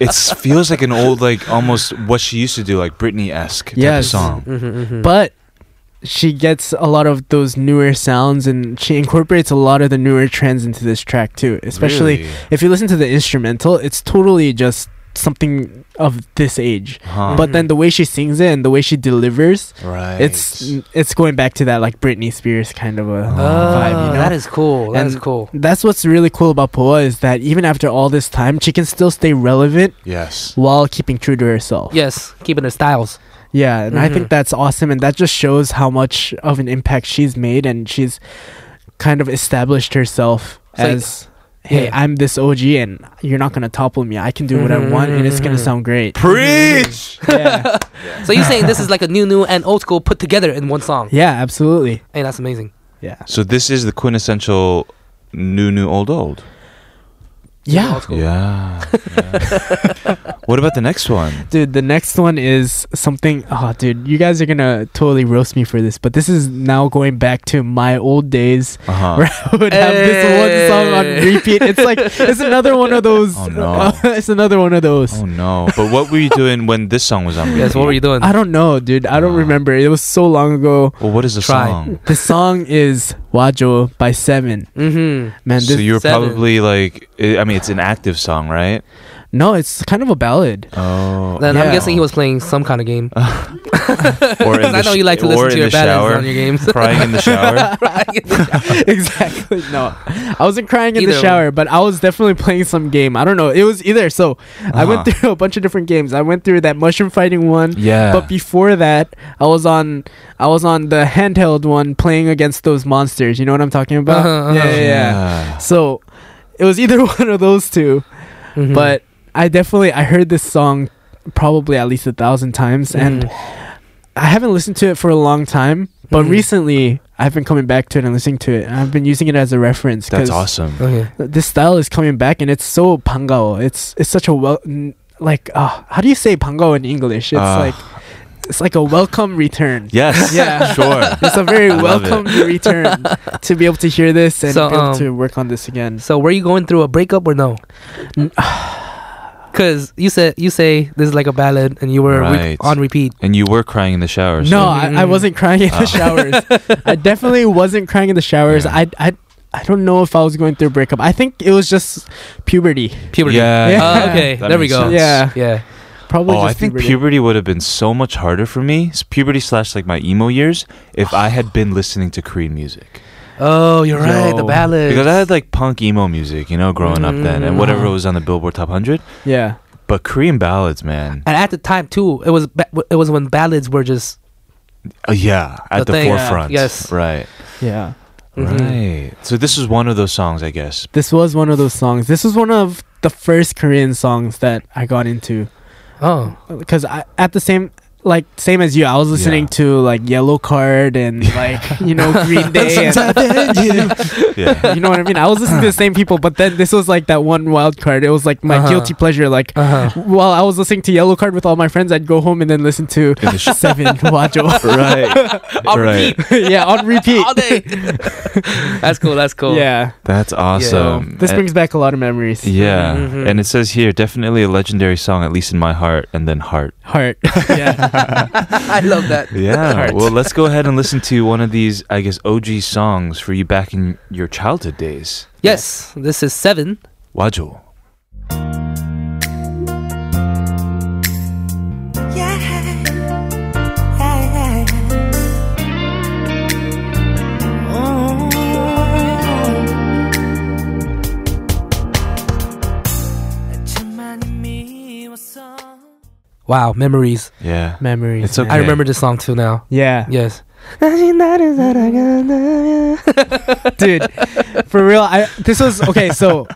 Speaker 2: it feels like an old, like almost what she used to do, like Britney esque type of
Speaker 5: Yes.
Speaker 2: song.
Speaker 3: Mm-hmm,
Speaker 5: but she gets a lot of those newer sounds and she incorporates a lot of the newer trends into this track too especially
Speaker 2: Really?
Speaker 5: if you listen to the instrumental it's totally just something of this age
Speaker 2: Huh.
Speaker 5: but then the way she sings it and the way she delivers
Speaker 2: right.
Speaker 5: it's it's going back to that like Britney Spears kind of a
Speaker 3: Oh,
Speaker 5: vibe you know
Speaker 3: that is cool. That is
Speaker 5: And
Speaker 3: cool.
Speaker 5: that's what's really cool about Poa is that even after all this time she can still stay relevant
Speaker 2: yes.
Speaker 5: while keeping true to herself
Speaker 3: Yes, keeping the styles.
Speaker 5: yeah, and
Speaker 3: Mhm.
Speaker 5: I think that's awesome, and that just shows how much of an impact she's made, and she's kind of established herself
Speaker 3: So-
Speaker 5: as, "Hey,
Speaker 3: yeah.
Speaker 5: I'm this OG, and you're not gonna topple me. I can do what I want, and it's gonna
Speaker 3: Mhm.
Speaker 5: sound great."
Speaker 2: Preach.
Speaker 5: yeah,
Speaker 3: So you're saying this is like a new, new and old school put together in one song?
Speaker 5: yeah, absolutely.
Speaker 3: Hey, that's amazing.
Speaker 5: Yeah,
Speaker 2: So this is the quintessential new, new, old, old.
Speaker 5: yeah,
Speaker 3: Old school.
Speaker 2: Yeah. yeah. what about the next one?
Speaker 5: dude. The next one is something. Oh, dude, you guys are gonna totally roast me for this, but this is now going back to my old days.
Speaker 2: Uh-huh.
Speaker 5: where I would have this one song on
Speaker 3: Hey.
Speaker 5: repeat. It's like it's another one of those.
Speaker 2: Oh, no.
Speaker 5: it's another one of those.
Speaker 2: Oh no! But what were you doing when this song was on? repeat?
Speaker 3: Yes, what were you doing?
Speaker 5: I don't know, dude. I don't
Speaker 2: Wow.
Speaker 5: remember. It was so long ago.
Speaker 2: Well, what is the
Speaker 3: Try.
Speaker 2: song?
Speaker 5: The song is Wajo by Seven.
Speaker 3: Mm-hmm.
Speaker 5: Man, this,
Speaker 2: so you were
Speaker 3: Seven.
Speaker 2: probably like, I I mean, it's an active song, right?
Speaker 5: no, it's kind of a ballad.
Speaker 2: Oh,
Speaker 3: Then I'm
Speaker 5: Yeah.
Speaker 3: guessing he was playing some kind of game.
Speaker 2: or in
Speaker 3: Because I
Speaker 2: the
Speaker 3: know
Speaker 2: sh-
Speaker 3: you like to
Speaker 2: or
Speaker 3: listen to
Speaker 2: in
Speaker 3: your
Speaker 2: the
Speaker 3: ballads
Speaker 2: shower,
Speaker 3: on your games.
Speaker 2: crying in the shower.
Speaker 5: exactly. No, I wasn't crying in
Speaker 3: Either
Speaker 5: the shower, but I was definitely playing some game. I don't know. It was either. So I
Speaker 2: Uh-huh.
Speaker 5: went through a bunch of different games. I went through that mushroom fighting one.
Speaker 2: Yeah.
Speaker 5: But before that, I was on I was on the handheld one playing against those monsters. You know what I'm talking about?
Speaker 3: Uh-huh,
Speaker 5: Yeah,
Speaker 3: uh-huh.
Speaker 5: yeah, yeah. So it was either one of those two.
Speaker 3: Mhm.
Speaker 5: but I definitely I heard this song probably at least a thousand times, and
Speaker 3: Mm-hmm.
Speaker 5: I haven't listened to it for a long time. But
Speaker 2: Mm.
Speaker 3: Mhm.
Speaker 5: recently, I've been coming back to it and listening to it, and I've been using it as a reference.
Speaker 2: That's
Speaker 5: 'cause
Speaker 2: awesome.
Speaker 3: okay.
Speaker 5: th- This style is coming back, and it's so pangao. It's it's such a well, n- like uh, how do you say pangao in English? It's
Speaker 2: Uh.
Speaker 5: like it's like a welcome return.
Speaker 2: Yes.
Speaker 5: Yeah.
Speaker 2: Sure.
Speaker 5: It's a very
Speaker 2: I love it.
Speaker 5: welcome return to be able to hear this and
Speaker 3: So,
Speaker 5: be
Speaker 3: um,
Speaker 5: able to work on this again.
Speaker 3: So were you going through a breakup or no? Because you said you say this is like a ballad, and you were re-
Speaker 2: Right.
Speaker 3: on repeat.
Speaker 2: And you were crying in the shower. so-
Speaker 5: No, I, I
Speaker 3: Mhm.
Speaker 5: wasn't crying in the showers. I definitely wasn't crying in the showers.
Speaker 2: Oh. Yeah.
Speaker 5: I, I, I don't know if I was going through a breakup. I think it was just puberty.
Speaker 3: Puberty.
Speaker 2: Yeah.
Speaker 5: Yeah.
Speaker 3: Oh, okay.
Speaker 2: That
Speaker 3: there we
Speaker 2: makes sense.
Speaker 3: go.
Speaker 5: Yeah.
Speaker 3: Yeah.
Speaker 5: Probably.
Speaker 2: Oh, I
Speaker 5: just
Speaker 2: think puberty,
Speaker 5: puberty.
Speaker 2: would have been so much harder for me, s- puberty slash like my emo years, if I had been listening to Korean music.
Speaker 3: Oh, you're right. The
Speaker 5: Yo.
Speaker 3: ballad.
Speaker 2: Because I had like punk emo music, you know, growing up then, and whatever
Speaker 5: Mhm.
Speaker 2: was on the Billboard Top 100.
Speaker 5: Yeah.
Speaker 2: But Korean ballads, man.
Speaker 3: and at the time too, it was ba- it was when ballads were just
Speaker 2: Uh, Mm-hmm. yeah, at
Speaker 3: The
Speaker 2: the,
Speaker 3: thing. Yeah.
Speaker 2: forefront.
Speaker 3: Yes.
Speaker 2: Right.
Speaker 5: Yeah.
Speaker 3: Mhm.
Speaker 2: Right. So this is one of those songs, I guess.
Speaker 5: This was one of those songs. This was one of the first Korean songs that I got into
Speaker 3: oh
Speaker 5: because I at the same. Like same as you, I was listening
Speaker 2: Yeah.
Speaker 5: to like Yellow Card and like you know Green Day. and,
Speaker 2: Yeah.
Speaker 5: you know what I mean? I was listening to the same people, but then this was like that one wild card. It was like my
Speaker 3: Uh-huh.
Speaker 5: guilty pleasure. Like
Speaker 3: uh-huh.
Speaker 5: while I was listening to Yellow Card with all my friends, I'd go home and then listen to
Speaker 2: In the sh-
Speaker 5: Seven Wajo.
Speaker 2: right. right.
Speaker 5: yeah, on repeat.
Speaker 3: all day. that's cool. That's cool.
Speaker 5: Yeah.
Speaker 2: That's
Speaker 5: So
Speaker 2: awesome.
Speaker 5: this
Speaker 2: And-
Speaker 5: brings back a lot of memories.
Speaker 2: Yeah,
Speaker 3: Mhm.
Speaker 2: and it says here definitely a legendary song, at least in my heart, and then heart.
Speaker 5: Heart. yeah.
Speaker 3: I love that.
Speaker 2: Yeah.
Speaker 5: Heart.
Speaker 2: Well, let's go ahead and listen to one of these, I guess, OG songs for you back in your childhood days.
Speaker 3: Yes, this is seven.
Speaker 2: Wajo.
Speaker 1: Yeah. Yeah, yeah, yeah.
Speaker 3: Wow, memories.
Speaker 2: Yeah.
Speaker 5: Memories.
Speaker 2: It's
Speaker 3: I
Speaker 2: okay.
Speaker 3: remember this song too now.
Speaker 5: Yeah.
Speaker 3: Yes.
Speaker 5: 다시 나를 사랑한다면. Dude, for real, I this was okay. So,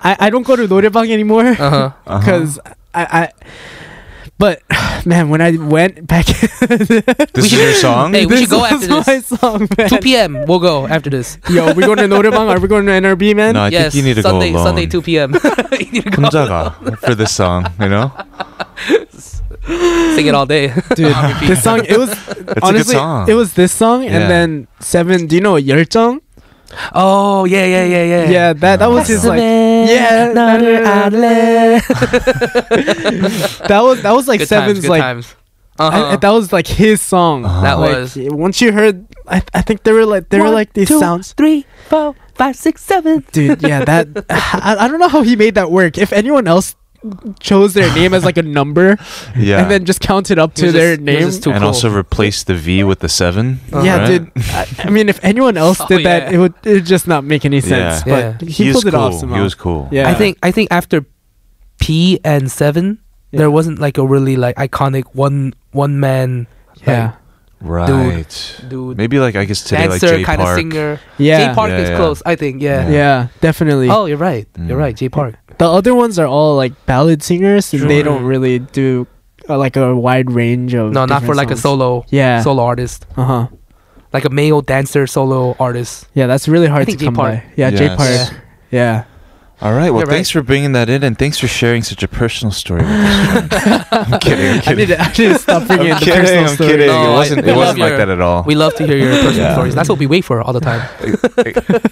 Speaker 5: I I don't go to 노래방 anymore
Speaker 3: Uh-huh. Uh-huh.
Speaker 5: because I I. But man, when I went back,
Speaker 2: This is your song?
Speaker 3: Hey, we should go
Speaker 5: was
Speaker 3: after this.
Speaker 5: My song, man.
Speaker 3: 2 p.m. We'll go after this.
Speaker 5: Yo, we going to 노래방? Are we going to NRB, man?
Speaker 2: No, I
Speaker 3: yes.
Speaker 2: think you need to
Speaker 3: Sunday,
Speaker 2: go alone.
Speaker 3: Sunday 2 p.m. you need to go
Speaker 2: 혼자가 for this song, you know?
Speaker 3: sing it all day.
Speaker 5: Dude, this song it was honestly
Speaker 2: song.
Speaker 5: it was this song
Speaker 2: Yeah.
Speaker 5: and then seven. Do you know 열정?
Speaker 3: oh yeah, yeah, yeah, yeah.
Speaker 5: Yeah, that that was his like yeah.
Speaker 3: 나를 알래.
Speaker 5: that was that was like
Speaker 3: Good times,
Speaker 5: seven's
Speaker 3: good
Speaker 5: like
Speaker 3: times.
Speaker 5: I-
Speaker 3: Uh-huh.
Speaker 5: that was like his song.
Speaker 3: That
Speaker 5: Like,
Speaker 3: was.
Speaker 5: once you heard. I, I think they were like they were
Speaker 3: One,
Speaker 5: like these
Speaker 3: two,
Speaker 5: sounds,
Speaker 3: Three, four, five, six, seven.
Speaker 5: dude. Yeah, that I, I don't know how he made that work. If anyone else chose their name as like a number
Speaker 2: Yeah.
Speaker 5: and then just counted up
Speaker 3: It
Speaker 5: to
Speaker 3: was
Speaker 5: their
Speaker 3: just- it was
Speaker 5: name,
Speaker 3: just too
Speaker 2: and
Speaker 3: cool.
Speaker 2: also replace the V with the seven.
Speaker 5: Uh-huh. yeah,
Speaker 2: right?
Speaker 5: dude. I, I mean, if anyone else
Speaker 3: Oh,
Speaker 5: did that,
Speaker 3: yeah.
Speaker 5: it would it would just not make any
Speaker 3: Yeah.
Speaker 5: sense. But
Speaker 3: Yeah.
Speaker 2: He,
Speaker 5: he,
Speaker 2: was cool.
Speaker 5: pulled it off
Speaker 2: He
Speaker 5: somehow.
Speaker 2: was cool.
Speaker 5: Yeah.
Speaker 3: I think I think after P and seven, there
Speaker 5: Yeah.
Speaker 3: wasn't like a really like iconic one one man
Speaker 5: yeah,
Speaker 2: Right.
Speaker 3: dude
Speaker 2: Maybe like I guess today like Jay
Speaker 3: dancer kind of
Speaker 2: Park.
Speaker 3: singer.
Speaker 5: yeah,
Speaker 3: Jay Park
Speaker 2: Yeah,
Speaker 3: is
Speaker 2: yeah.
Speaker 3: close, I think. Yeah.
Speaker 5: yeah, definitely.
Speaker 3: Oh, you're right. You're
Speaker 2: Mm.
Speaker 3: right. Jay Park.
Speaker 5: The other ones are all like ballad singers, and they
Speaker 3: Sure.
Speaker 5: don't really do uh, like a wide range of.
Speaker 3: No, not
Speaker 5: different
Speaker 3: for like a solo
Speaker 5: songs. Yeah.
Speaker 3: solo artist,
Speaker 5: Uh huh.
Speaker 3: like a male dancer solo artist.
Speaker 5: Yeah, that's really hard to
Speaker 3: think Jay
Speaker 5: come
Speaker 3: Park.
Speaker 5: by. Yeah, J
Speaker 2: Yes.
Speaker 5: Park. Yeah.
Speaker 2: All right. Well,
Speaker 3: Yeah, right.
Speaker 2: thanks for bringing that in, and thanks for sharing such a personal story. With us, Jordan. I'm kidding. I'm
Speaker 5: I
Speaker 2: kidding.
Speaker 5: need to, I need to stop bringing in
Speaker 2: I'm
Speaker 5: the personal
Speaker 2: kidding. I'm
Speaker 5: story.
Speaker 2: kidding.
Speaker 3: No,
Speaker 2: it
Speaker 3: I-
Speaker 2: wasn't.
Speaker 3: we
Speaker 2: It
Speaker 3: love
Speaker 2: wasn't like
Speaker 3: your-
Speaker 2: that at all.
Speaker 3: We love to hear your personal
Speaker 2: Yeah.
Speaker 3: stories. That's what we wait for all the time.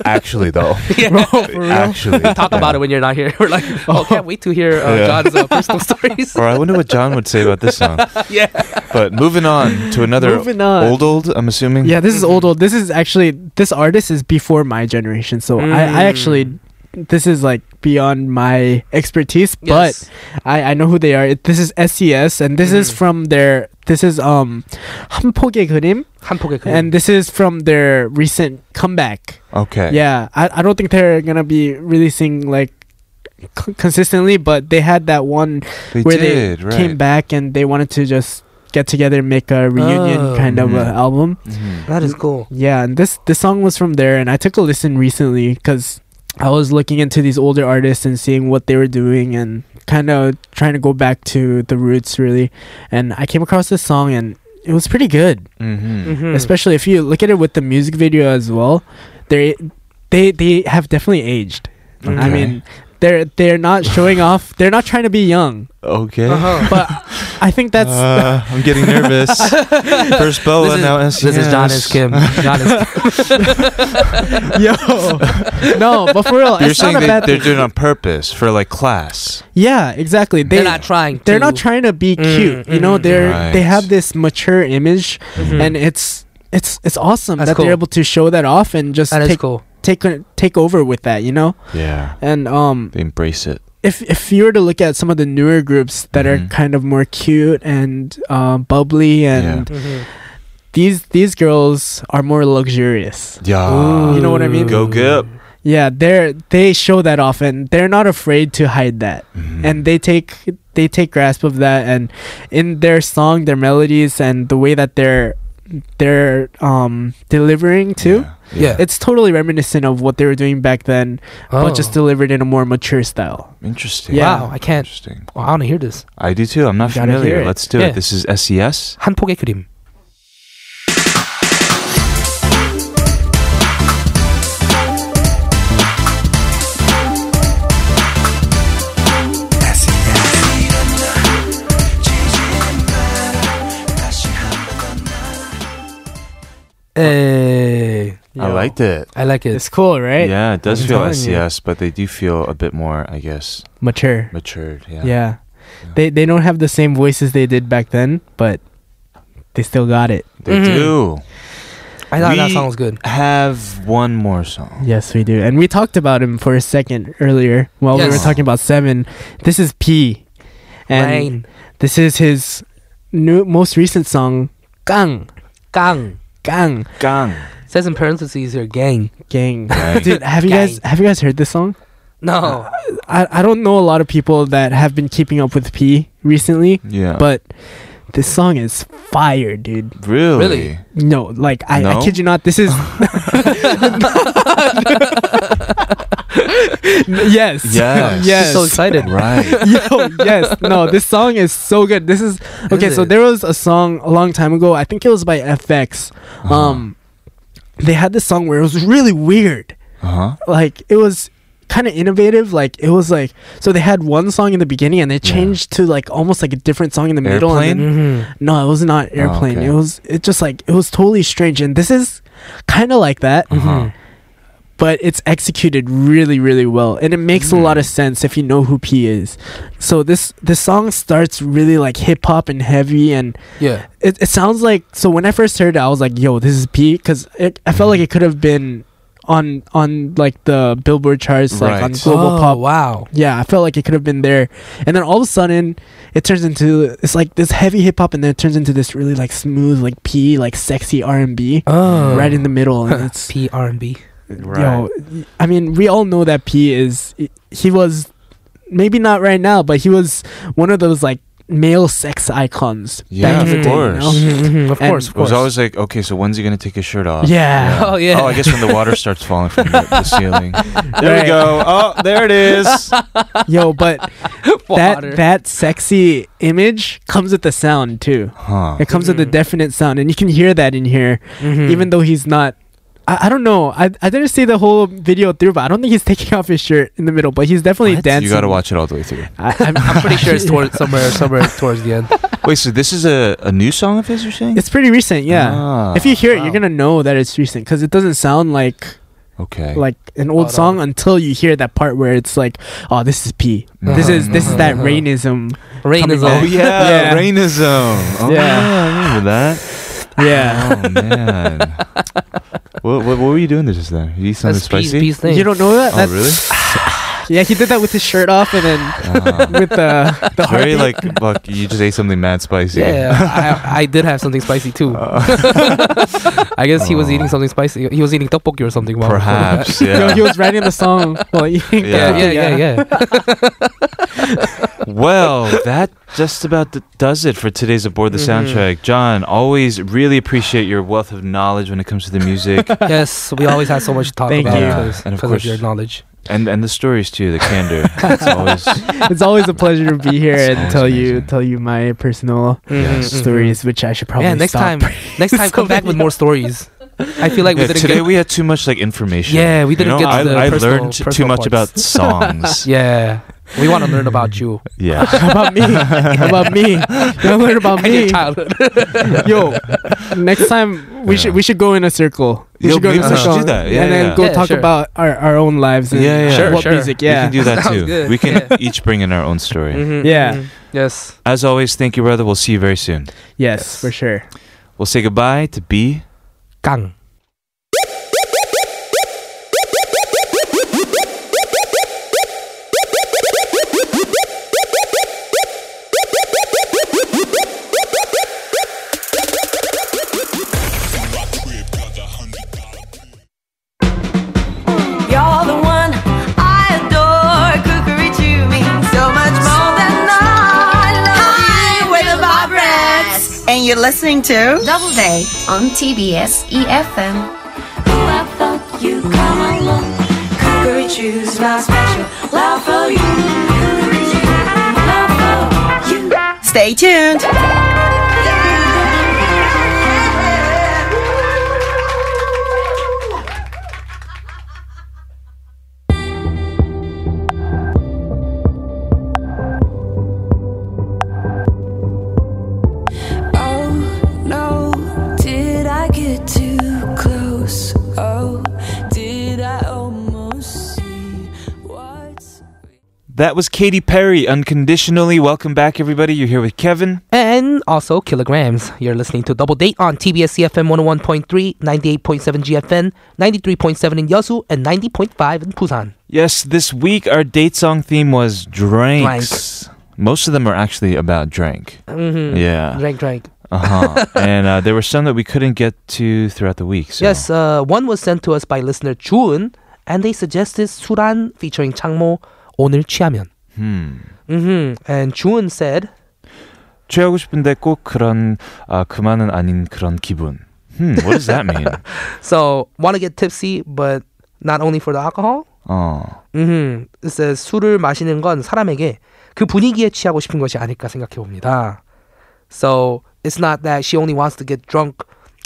Speaker 2: Actually, though.
Speaker 3: Yeah.
Speaker 2: Actually.
Speaker 3: Talk about it when you're not here. We're like, oh, can't wait to hear uh,
Speaker 2: Yeah.
Speaker 3: John's uh, personal stories.
Speaker 2: Or I wonder what John would say about this song.
Speaker 3: yeah.
Speaker 2: But moving on to another
Speaker 5: Moving on.
Speaker 2: old old. I'm assuming.
Speaker 5: Yeah, this is old old. This is actually this artist is before my generation, so I, I actually this is like beyond my expertise,
Speaker 3: Yes.
Speaker 5: but I, I know who they are. It, this is SES, and this is
Speaker 3: Mhm.
Speaker 5: from their this is um 한폭의 그림,
Speaker 3: 한 폭의 그림.
Speaker 5: and this is from their recent comeback.
Speaker 2: Okay.
Speaker 5: Yeah, I, I don't think they're gonna be releasing like c- consistently, but they had that one
Speaker 2: They
Speaker 5: where
Speaker 2: did.
Speaker 5: they
Speaker 2: right.
Speaker 5: came back and they wanted to just get together and make a reunion
Speaker 3: Oh.
Speaker 5: kind of a
Speaker 2: Mhm.
Speaker 5: album.
Speaker 2: Mhm.
Speaker 3: that is cool.
Speaker 5: Yeah, and this this song was from there, and I took a listen recently because I was looking into these older artists and seeing what they were doing and kind of trying to go back to the roots really. And I came across this song and it was pretty good,
Speaker 2: Mhm.
Speaker 5: Mm-hmm.
Speaker 3: Mm-hmm.
Speaker 5: especially if you look at it with the music video as well. They they they have definitely aged. I
Speaker 2: Okay.
Speaker 5: mean, they're they're not showing off. They're not trying to be young,
Speaker 2: Okay.
Speaker 3: Uh-huh.
Speaker 5: but I think that's.
Speaker 2: Uh, I'm getting nervous. First Boa
Speaker 3: this is,
Speaker 2: now. E
Speaker 3: this is John S. Kim. John S. Kim.
Speaker 5: Yo, no, but for real,
Speaker 2: You're
Speaker 5: it's not
Speaker 2: saying
Speaker 5: a
Speaker 2: they,
Speaker 5: bad
Speaker 2: they're
Speaker 5: thing.
Speaker 2: doing it on purpose for like class.
Speaker 5: Yeah, exactly. They,
Speaker 3: They're not trying.
Speaker 5: they're
Speaker 3: to-
Speaker 5: not trying to be
Speaker 3: Mm,
Speaker 5: cute. you know,
Speaker 3: mm.
Speaker 5: they're
Speaker 2: Right. Mm.
Speaker 5: they have this mature image,
Speaker 3: Mhm.
Speaker 5: Mm-hmm. and it's it's it's awesome
Speaker 3: That's
Speaker 5: that
Speaker 3: cool.
Speaker 5: they're able to show that off and just
Speaker 3: that is
Speaker 5: take
Speaker 3: cool.
Speaker 5: take take over with that. You know,
Speaker 2: Yeah.
Speaker 5: and um,
Speaker 2: They embrace it.
Speaker 5: if if you were to look at some of the newer groups that are
Speaker 2: Mhm.
Speaker 5: kind of more cute and uh, bubbly, and
Speaker 3: Mhm.
Speaker 5: these these girls are more luxurious.
Speaker 2: Yeah.
Speaker 5: You know what I mean?
Speaker 2: Go Gip.
Speaker 5: Yeah, they're they show that off, and they're not afraid to hide that.
Speaker 2: Mm-hmm.
Speaker 5: and they take they take grasp of that and in their song their melodies and the way that they're they're um delivering too
Speaker 3: Yeah.
Speaker 5: it's totally reminiscent of what they were doing back then
Speaker 3: Oh.
Speaker 5: but just delivered in a more mature style
Speaker 2: Interesting.
Speaker 5: Yeah.
Speaker 3: Wow, I can't.
Speaker 2: Interesting.
Speaker 3: Wow, I want to hear this.
Speaker 2: I do too. I'm not
Speaker 5: You gotta
Speaker 2: familiar.
Speaker 5: hear it.
Speaker 2: Let's do
Speaker 3: Yeah.
Speaker 2: it. This is E SES.
Speaker 3: 한 폭의 그림. Hey,
Speaker 2: I liked it.
Speaker 3: I like it.
Speaker 5: it's cool right
Speaker 2: Yeah, it does
Speaker 5: I'm
Speaker 2: feel
Speaker 5: telling
Speaker 2: SES,
Speaker 5: you.
Speaker 2: but they do feel a bit more, I guess,
Speaker 5: mature
Speaker 2: matured. Yeah.
Speaker 5: yeah, they they don't have the same voices they did back then but they still got it
Speaker 2: They
Speaker 3: Mhm.
Speaker 2: do.
Speaker 3: I thought that
Speaker 2: We-
Speaker 3: song was good.
Speaker 2: Have one more song.
Speaker 5: yes we do and we talked about him for a second earlier while we
Speaker 3: Yes.
Speaker 5: were talking about seven this is p and
Speaker 3: Rain,
Speaker 5: This is his new most recent song, Gang.
Speaker 3: gang.
Speaker 5: Gang.
Speaker 2: Gang.
Speaker 3: Says in parentheses here, gang.
Speaker 5: Gang.
Speaker 2: Gang.
Speaker 5: Dude, have you guys have you guys heard this song?
Speaker 3: No.
Speaker 5: I, I don't know a lot of people that have been keeping up with P recently.
Speaker 2: Yeah.
Speaker 5: But this song is fire, dude.
Speaker 2: Really? Really?
Speaker 5: No, like I,
Speaker 2: No?
Speaker 5: I kid you not, this is Yes.
Speaker 2: Yes.
Speaker 5: yes.
Speaker 2: So excited. Right.
Speaker 5: Yo, Oh, yes. No, this song is so good. This is Okay,
Speaker 2: Is
Speaker 5: so
Speaker 2: it?
Speaker 5: there was a song a long time ago. I think it was by FX.
Speaker 2: Uh-huh.
Speaker 5: Um they had this song where it was really weird
Speaker 2: Uh huh.
Speaker 5: like it was kind of innovative like it was like so they had one song in the beginning and they changed to like almost like a different song in the middle and
Speaker 2: Airplane? Oh,
Speaker 5: then-
Speaker 3: Mm-hmm.
Speaker 5: no it was not airplane
Speaker 2: okay.
Speaker 5: it was it just like it was totally strange and this is kind of like that
Speaker 2: Uh-huh.
Speaker 5: but it's executed really really well and it makes a
Speaker 3: Mm.
Speaker 5: lot of sense if you know who p is so this this song starts really like hip-hop and heavy and
Speaker 3: Yeah.
Speaker 5: it, it sounds like so when i first heard it i was like yo this is p because i felt like it
Speaker 3: Mm-hmm.
Speaker 5: could have been on on like the billboard charts like on
Speaker 3: Right. Oh,
Speaker 5: global pop
Speaker 3: wow
Speaker 5: yeah i felt like it could have been there and then all of a sudden it turns into it's like this heavy hip-hop and then it turns into this really like smooth like p like sexy r&b
Speaker 3: Oh.
Speaker 5: right in the middle and it's
Speaker 3: P R and B.
Speaker 5: Yo, I mean, we all know that P is he was maybe not right now, but he was one of those like male sex icons
Speaker 2: Yeah,
Speaker 5: back in
Speaker 2: of
Speaker 5: the
Speaker 2: course.
Speaker 5: day. You know?
Speaker 3: Mm-hmm, Of
Speaker 5: And-
Speaker 3: course,
Speaker 2: It
Speaker 3: of
Speaker 2: was
Speaker 3: course.
Speaker 2: always like, okay, so when's he gonna take his shirt off?
Speaker 5: Yeah.
Speaker 3: Oh, yeah.
Speaker 2: Oh, I guess when the water starts falling from the, the ceiling. There we
Speaker 5: Right.
Speaker 2: go. Oh, there it is.
Speaker 5: Yo, but
Speaker 3: Water.
Speaker 5: that that sexy image comes with the sound too.
Speaker 2: Huh.
Speaker 5: It comes with a definite sound, and you can hear that in here,
Speaker 3: Mhm.
Speaker 5: even though he's not. I, I don't know. I, I didn't see the whole video through, but I don't think he's taking off his shirt in the middle. But he's definitely
Speaker 2: You
Speaker 5: dancing.
Speaker 2: gotta watch it all the way through.
Speaker 5: I, I'm,
Speaker 3: I'm pretty sure it's towards somewhere somewhere towards the end.
Speaker 2: Wait, so this is a, a new song of his, you're saying?
Speaker 5: It's pretty recent, yeah.
Speaker 2: Ah,
Speaker 5: if you hear it,
Speaker 3: wow.
Speaker 5: you're gonna know that it's recent because it doesn't sound like
Speaker 2: okay.
Speaker 5: like an
Speaker 3: Hold
Speaker 5: old song until you hear that part where it's like, oh, this is P. This is this is that
Speaker 3: Mhm.
Speaker 5: rainism.
Speaker 3: Rain is
Speaker 5: Coming
Speaker 2: Uh-huh. oh
Speaker 3: on.
Speaker 2: yeah,
Speaker 5: Yeah.
Speaker 2: Rainism. Oh,
Speaker 5: Yeah.
Speaker 2: yeah, I remember that.
Speaker 5: Yeah.
Speaker 2: Oh man, what, what what were you doing to just then? You sounded
Speaker 3: That's P's,
Speaker 2: spicy.
Speaker 3: P's thing.
Speaker 5: You don't know that?
Speaker 2: Oh
Speaker 5: That's,
Speaker 2: really?
Speaker 5: Yeah, he did that with his shirt off and then
Speaker 2: Uh,
Speaker 5: with the the
Speaker 2: very
Speaker 5: heartbeat.
Speaker 2: like fuck. You just ate something mad spicy.
Speaker 3: Yeah, I, I did have something spicy too.
Speaker 2: Uh,
Speaker 3: I guess he was eating something spicy. He was eating tteokbokki or something. while-
Speaker 2: Oh. Perhaps.
Speaker 5: Yo,
Speaker 2: Yeah.
Speaker 5: he was writing the song. Well, yeah,
Speaker 2: Yeah.
Speaker 3: Yeah, yeah, yeah, yeah.
Speaker 2: Well, that just about th- does it for today's Aboard the
Speaker 5: Mm-hmm.
Speaker 2: Soundtrack. John, always really appreciate your wealth of knowledge when it comes to the music
Speaker 3: yes, we always had so much to talk
Speaker 5: Thank
Speaker 3: about
Speaker 5: you.
Speaker 3: because
Speaker 2: And of
Speaker 3: because
Speaker 2: course-
Speaker 3: your knowledge.
Speaker 2: and and the stories too, the candor. It's always
Speaker 5: It's always a pleasure to be here
Speaker 2: It's always
Speaker 5: and tell you
Speaker 2: amazing.
Speaker 5: tell you my personal
Speaker 2: Yes.
Speaker 3: Mhm, mhm.
Speaker 5: Mm-hmm, stories, which I should probably
Speaker 3: Yeah, next
Speaker 5: stop.
Speaker 3: time, next time, come back with more stories. I feel like
Speaker 2: Yeah,
Speaker 3: we didn't
Speaker 2: today
Speaker 3: get.
Speaker 2: we had too much like information.
Speaker 3: Yeah, we didn't
Speaker 2: you know,
Speaker 3: get
Speaker 2: I,
Speaker 3: the
Speaker 2: I learned
Speaker 3: personal-
Speaker 2: t- too
Speaker 3: personal
Speaker 2: much
Speaker 3: parts.
Speaker 2: about songs.
Speaker 3: yeah, we want to learn about you
Speaker 2: yeah.
Speaker 5: How about me? How about me? You learn about
Speaker 3: and your
Speaker 5: me.
Speaker 3: childhood.
Speaker 5: Yo, next time we
Speaker 2: Yeah.
Speaker 5: should we should go in a circle. We
Speaker 2: Yo,
Speaker 5: should go in
Speaker 2: maybe
Speaker 5: a
Speaker 2: we should
Speaker 5: circle
Speaker 2: do that. Yeah,
Speaker 5: and
Speaker 2: yeah.
Speaker 5: then go
Speaker 3: Yeah,
Speaker 5: talk
Speaker 3: sure.
Speaker 5: about our, our own lives and
Speaker 2: Yeah, yeah. Sure,
Speaker 5: what
Speaker 3: sure.
Speaker 5: music.
Speaker 2: We
Speaker 5: Yeah,
Speaker 2: can do that
Speaker 3: Sounds
Speaker 2: too.
Speaker 3: good.
Speaker 2: We can
Speaker 3: Yeah.
Speaker 2: each bring in our own story.
Speaker 3: Mhm,
Speaker 5: Yeah.
Speaker 3: mhm. Yes.
Speaker 2: As always, thank you, brother. We'll see you very soon.
Speaker 5: yes, for sure.
Speaker 2: We'll say goodbye to B.
Speaker 3: Gang.
Speaker 1: You're the one I adore. Cookery to me, so much more than I love you with the vibrance.
Speaker 11: And you're listening to
Speaker 7: Doubleday on TBS
Speaker 10: E
Speaker 7: EFM.
Speaker 1: Who I thought you come along. Cookery choose my special love for you. Cookery choose my love for you.
Speaker 11: Stay tuned.
Speaker 1: Oh no, did I get too close? Oh, did I almost see what's
Speaker 2: That was Katy Perry, unconditionally. Welcome back, everybody. You're here with Kevin.
Speaker 3: And also kilograms. You're listening to Double Date on TBS CFM 101.3, 98.7 GFN, 93.7 in Yeosu, and 90.5 in Busan.
Speaker 2: Yes, this week our date song theme was drinks. Most of them are actually about drink.
Speaker 3: Mm-hmm.
Speaker 2: Yeah.
Speaker 3: Drank, drank.
Speaker 2: Uh-huh. and uh, there were some that we couldn't get to throughout the week. So.
Speaker 3: Yes, uh, one was sent to us by listener Chun, and they suggested Suran featuring 창모 오늘 취하면.
Speaker 2: Hmm.
Speaker 3: hmm And Jun said,
Speaker 2: 취하고 싶은데 꼭 그런 아 그만은 아닌 그런 기분. Hmm, what does that mean?
Speaker 3: so want to get tipsy, but not only for the alcohol.
Speaker 2: 어.
Speaker 3: 음, it says 술을 마시는 건 사람에게 그 분위기에 취하고 싶은 것이 아닐까 생각해 봅니다. So it's not that she only wants to get drunk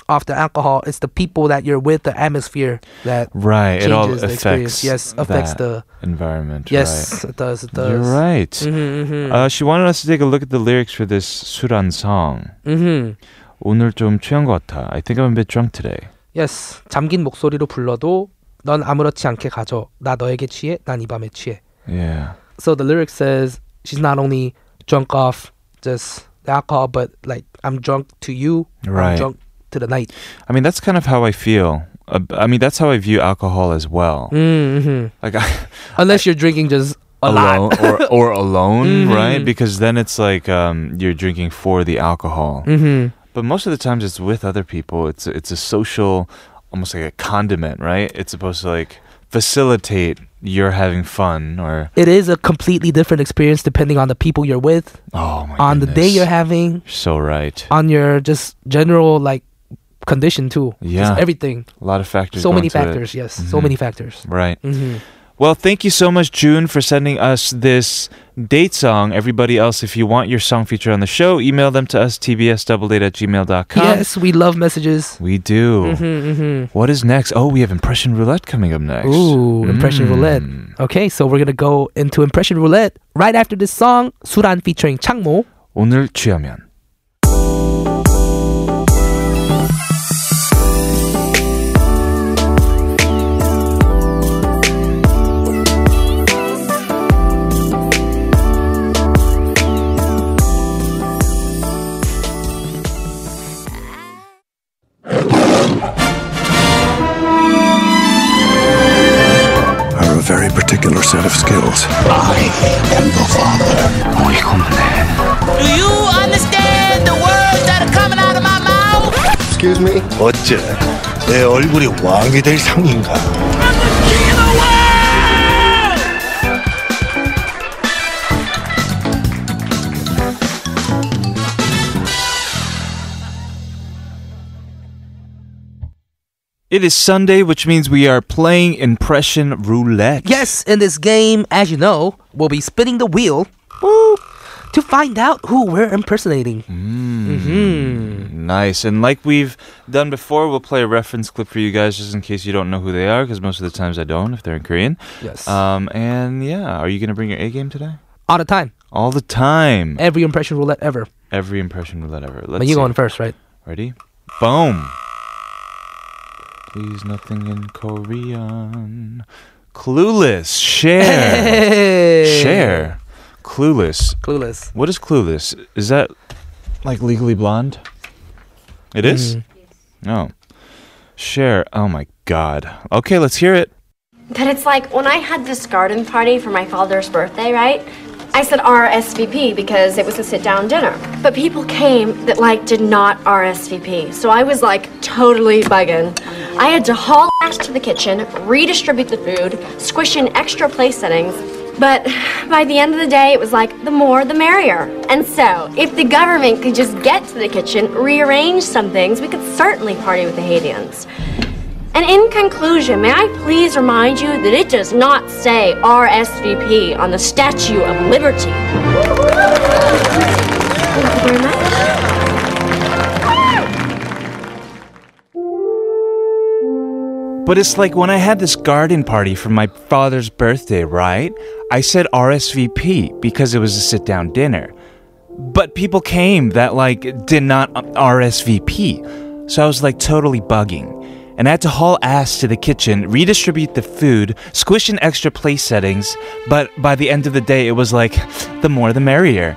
Speaker 3: off the alcohol. It's the people that you're with, the atmosphere that
Speaker 2: Right. It all
Speaker 3: changes the
Speaker 2: affects
Speaker 3: experience. Yes, affects
Speaker 2: that
Speaker 3: the
Speaker 2: environment.
Speaker 3: yes.
Speaker 2: right.
Speaker 3: It does. It does.
Speaker 2: You're right.
Speaker 3: Mm-hmm, mm-hmm.
Speaker 2: Uh, she wanted us to take a look at the lyrics for this Suran song.
Speaker 3: mm-hmm.
Speaker 2: 오늘 좀 취한 것 같아. I think I'm a bit drunk today.
Speaker 3: Yes. 잠긴 목소리로 불러도 넌 아무렇지 않게 가져. 나 너에게 취해. 난 이 밤에 취해.
Speaker 2: Yeah.
Speaker 3: So the lyric says she's not only drunk off just the alcohol, but like I'm drunk to you.
Speaker 2: Right.
Speaker 3: I'm drunk to the night.
Speaker 2: I mean, that's kind of how I feel. Uh, I mean, that's how I view alcohol as well.
Speaker 3: Mm-hmm.
Speaker 2: Like I,
Speaker 3: Unless you're drinking just a
Speaker 2: alone
Speaker 3: lot.
Speaker 2: or or alone,
Speaker 3: Mhm.
Speaker 2: right? Because then it's like um, you're drinking for the alcohol.
Speaker 3: mm-hmm.
Speaker 2: But most of the times it's with other people. It's it's a social, almost like a condiment, right? It's supposed to like facilitate your having fun or
Speaker 3: It is a completely different experience depending on the people you're with,
Speaker 2: oh my
Speaker 3: on the day
Speaker 2: goodness.
Speaker 3: you're having,
Speaker 2: So right,
Speaker 3: on your just general like condition too.
Speaker 2: Yeah.
Speaker 3: Just everything.
Speaker 2: a lot of factors.
Speaker 3: so
Speaker 2: go
Speaker 3: many
Speaker 2: into it. Mm-hmm.
Speaker 3: factors. Yes. So many factors.
Speaker 2: Right.
Speaker 3: Mm-hmm.
Speaker 2: Well, thank you so much, June, for sending us this date song. Everybody else, if you want your song featured on the show, email them to us, tbsdoubledate at gmail.com.
Speaker 3: Yes, we love messages.
Speaker 2: We do.
Speaker 3: Mm-hmm, mm-hmm.
Speaker 2: What is next? Oh, we have Impression Roulette coming up next. Mm.
Speaker 3: Ooh, impression roulette. Okay, so we're gonna go into impression roulette right after this song, Suran featuring Changmo.
Speaker 2: 오늘 취하면.
Speaker 9: Are a very particular set of skills.
Speaker 4: Do you understand the words that are coming out of my mouth?
Speaker 12: Excuse me. 어째 내 얼굴이 왕이 될 상인가?
Speaker 2: It is Sunday, which means we are playing Impression Roulette.
Speaker 3: Yes, in this game, as you know, we'll be spinning the wheel woo, to find out who we're impersonating.
Speaker 2: Mm.
Speaker 3: Mm-hmm.
Speaker 2: Nice. And like we've done before, we'll play a reference clip for you guys just in case you don't know who they are, because most of the times I don't if they're in Korean.
Speaker 3: Yes.
Speaker 2: Um, and yeah, are you going to bring your A game today?
Speaker 3: All the time,
Speaker 2: All the time.
Speaker 3: every impression roulette ever.
Speaker 2: Every impression roulette ever. Let's
Speaker 3: But
Speaker 2: see.
Speaker 3: you going first, right?
Speaker 2: Ready? Boom. Please, nothing in Korean. Clueless. Share.
Speaker 3: Hey.
Speaker 2: Uh, Share. Clueless.
Speaker 3: Clueless.
Speaker 2: What is Clueless? Is that like Legally Blonde? Oh. It is? No. Share. Oh my god. Okay, let's hear it.
Speaker 13: But it's like when I had this garden party for my father's birthday, right? I said RSVP because it was a sit down dinner. But people came that like did not RSVP. So I was like totally bugging. I had to haul ass to the kitchen, redistribute the food, squish in extra place settings. But by the end of the day, it was like the more the merrier. And so, if the government could just get to the kitchen, rearrange some things, we could certainly party with the Haitians. And in conclusion, may I please remind you that it does not say RSVP on the Statue of Liberty. Thank you very much.
Speaker 2: But it's like when I had this garden party for my father's birthday, right? I said RSVP because it was a sit down dinner. But people came that like did not um, RSVP. So I was like totally bugging. And I had to haul ass to the kitchen, redistribute the food, squish in extra place settings, but by the end of the day it was like the more the merrier.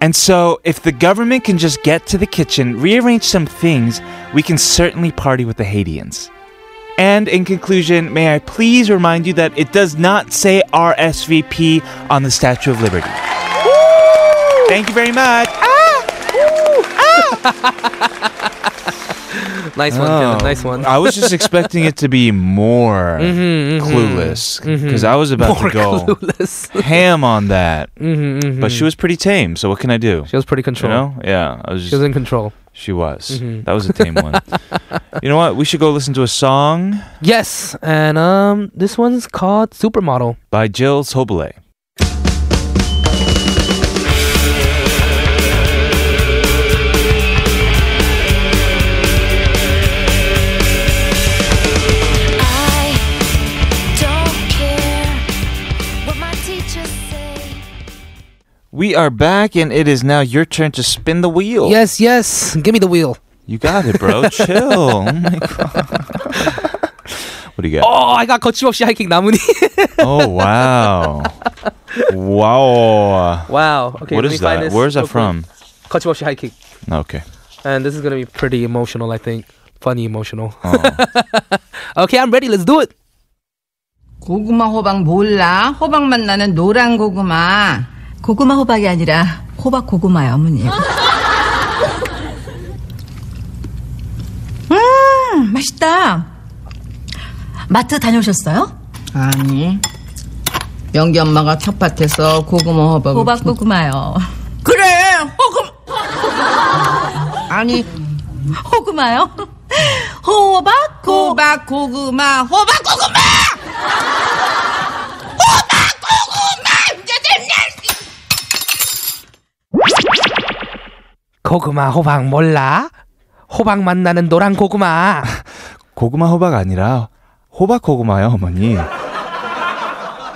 Speaker 2: And so if the government can just get to the kitchen, rearrange some things, we can certainly party with the Haitians. And in conclusion, may I please remind you that it does not say RSVP on the Statue of Liberty. Thank you very much. Ah!
Speaker 3: Nice one, Dylan. Nice one.
Speaker 2: I was just expecting it to be more
Speaker 3: Mhm, mhm.
Speaker 2: Mm-hmm. clueless
Speaker 3: Mhm.
Speaker 2: because I was about
Speaker 3: More
Speaker 2: to go ham on that.
Speaker 3: Mhm,
Speaker 2: But she
Speaker 3: mhm.
Speaker 2: was pretty tame, so what can I do? She
Speaker 3: was pretty controlled.
Speaker 2: You know? Yeah, I was Mm-hmm. just,
Speaker 3: She was in control.
Speaker 2: She was.
Speaker 3: Mhm.
Speaker 2: That was a tame one. you know what? We should go listen to a song
Speaker 3: Yes, and um, this one's called Supermodel.
Speaker 2: by Jill Sobelay. We are back, and it is now your turn to spin the wheel.
Speaker 3: Yes, yes. Give me the wheel.
Speaker 2: You got it, bro. Chill. Oh my God. What do you got?
Speaker 3: Oh, I got 거침없이 하이킹 나무니.
Speaker 2: Oh, wow. wow.
Speaker 3: wow. Okay.
Speaker 2: What
Speaker 3: let
Speaker 2: is
Speaker 3: me find
Speaker 2: that?
Speaker 3: this
Speaker 2: Where is that
Speaker 3: real quick.
Speaker 2: from?
Speaker 3: 거침없이 하이킹.
Speaker 2: Okay.
Speaker 3: And this is gonna be pretty emotional, I think. Funny emotional.
Speaker 2: Oh.
Speaker 3: okay, I'm ready. Let's do it.
Speaker 14: 고구마 호박 몰라? 호박만 나는 노란 고구마. 고구마 호박이 아니라 호박 고구마야, 어머니. 음, 맛있다. 마트 다녀오셨어요? 아니. 영기 엄마가 텃밭에서 고구마 호박. 호박 고구마요. 그래, 호구. 아니, 호구마요?
Speaker 13: 음.
Speaker 14: 호박 고... 호박 고구마 호박 고구마.
Speaker 3: 고구마 호박 몰라? 호박만 나는 노란 고구마.
Speaker 2: 고구마 호박 아니라 호박 고구마요, 어머니.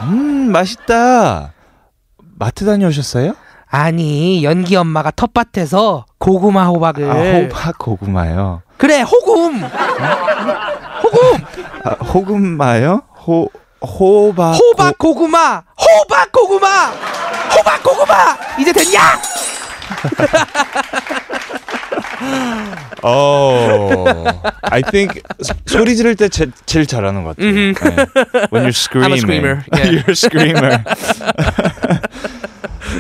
Speaker 2: 음, 맛있다. 마트 다녀오셨어요?
Speaker 3: 아니 연기 엄마가 텃밭에서 고구마 호박을.
Speaker 2: 아, 호박 고구마요.
Speaker 3: 그래 호금.
Speaker 2: 아, 호구마요? 호 호박
Speaker 3: 호박 고구마. 호박 고구마. 호박 고구마. 이제 됐냐?
Speaker 2: Oh, I think 소리 지를 때 제, 제일 잘하는 것 같아요. 네. When you're screaming,
Speaker 3: I'm a screamer. Yeah.
Speaker 2: you're a screamer.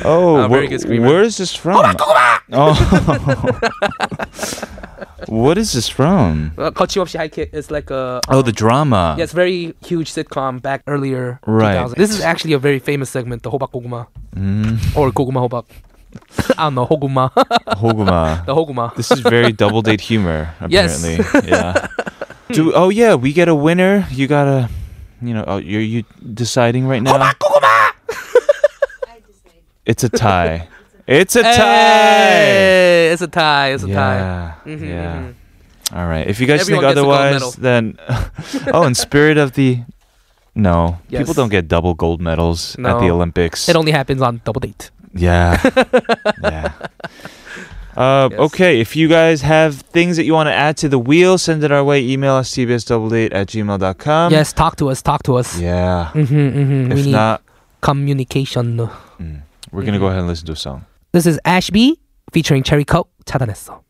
Speaker 2: oh,
Speaker 3: I'm a very
Speaker 2: wh-
Speaker 3: good screamer.
Speaker 2: where is this from? Oh. what is this from?
Speaker 3: Uh, 거침없이 하이킥 is like a.
Speaker 2: Oh, the drama.
Speaker 3: Yes, very huge sitcom back earlier.
Speaker 2: Right.
Speaker 3: 2000. This is actually a very famous segment, the Hobak Goguma.
Speaker 2: Mm,
Speaker 3: Or Goguma Hobak. I don't know, Hoguma.
Speaker 2: hoguma.
Speaker 3: The hoguma.
Speaker 2: This is very double date humor.
Speaker 3: Yes.
Speaker 2: Apparently, yeah. Do, oh yeah, we get a winner. You gotta, you know, oh, you're you deciding right now. It's a tie. It's a tie.
Speaker 3: Hey, it's a tie. It's a
Speaker 2: Yeah.
Speaker 3: tie. Mhm,
Speaker 2: yeah.
Speaker 3: mhm.
Speaker 2: All right. If you guys
Speaker 3: Everyone
Speaker 2: think
Speaker 3: gets a gold
Speaker 2: otherwise, then oh, in spirit of the no, people
Speaker 3: Yes.
Speaker 2: don't get double gold medals at the
Speaker 3: No.
Speaker 2: Olympics.
Speaker 3: It only happens on double date.
Speaker 2: Yeah. yeah. Uh, Okay, if you guys have things that you want to add to the wheel, send it our way. Email us tbsdoubledate at gmail.com.
Speaker 3: yes, talk to us. Talk to us.
Speaker 2: Um, Yeah.
Speaker 3: hmm hmm
Speaker 2: If
Speaker 3: we need
Speaker 2: not,
Speaker 3: communication.
Speaker 2: we're going to go ahead and listen to a song.
Speaker 3: This is Ashby featuring Cherry Coke. 차단했어.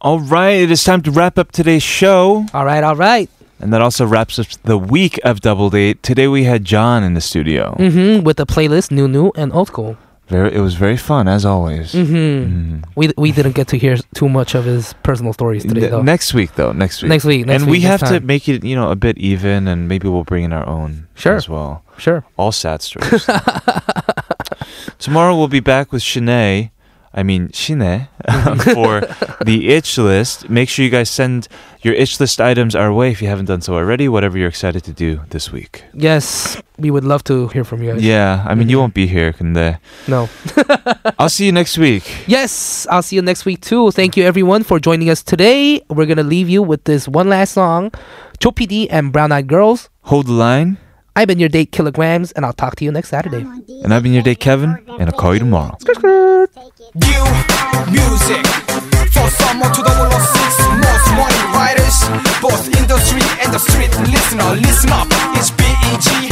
Speaker 2: All right, it is time to wrap up today's show.
Speaker 3: All right, all right.
Speaker 2: And that also wraps up the week of Double Date. Today we had John in the studio.
Speaker 3: hmm With the playlist new, new, and old school.
Speaker 2: Very, it was very fun, as always. Mm.
Speaker 3: hmm
Speaker 2: Mm-hmm.
Speaker 3: We we didn't get to hear too much of his personal stories
Speaker 2: Ne-
Speaker 3: today, though.
Speaker 2: next week, though. Next week.
Speaker 3: Next week, next
Speaker 2: and we
Speaker 3: week,
Speaker 2: have
Speaker 3: next
Speaker 2: to
Speaker 3: time.
Speaker 2: make it, you know, a bit even, and maybe we'll bring in our own
Speaker 3: Sure.
Speaker 2: as well.
Speaker 3: Sure.
Speaker 2: All sad stories. Tomorrow we'll be back with Shanae. I mean Shine for the itch list. Make sure you guys send your itch list items our way if you haven't done so already. Whatever you're excited to do this week.
Speaker 3: Yes, we would love to hear from you guys.
Speaker 2: Yeah, I mean you won't be here, can they?
Speaker 3: No.
Speaker 2: I'll see you next week.
Speaker 3: Yes, I'll see you next week too. Thank you everyone for joining us today. We're gonna leave you with this one last song, Cho PD and Brown Eyed Girls.
Speaker 2: Hold the line,
Speaker 3: I've been your date kilograms, and I'll talk to you next Saturday.
Speaker 2: and I've been your date, Kevin, and I'll call you tomorrow.
Speaker 15: New music for summer to the world of six most money writers, both industry and the street listener. Listen up, it's E BEG Oh,
Speaker 13: 어,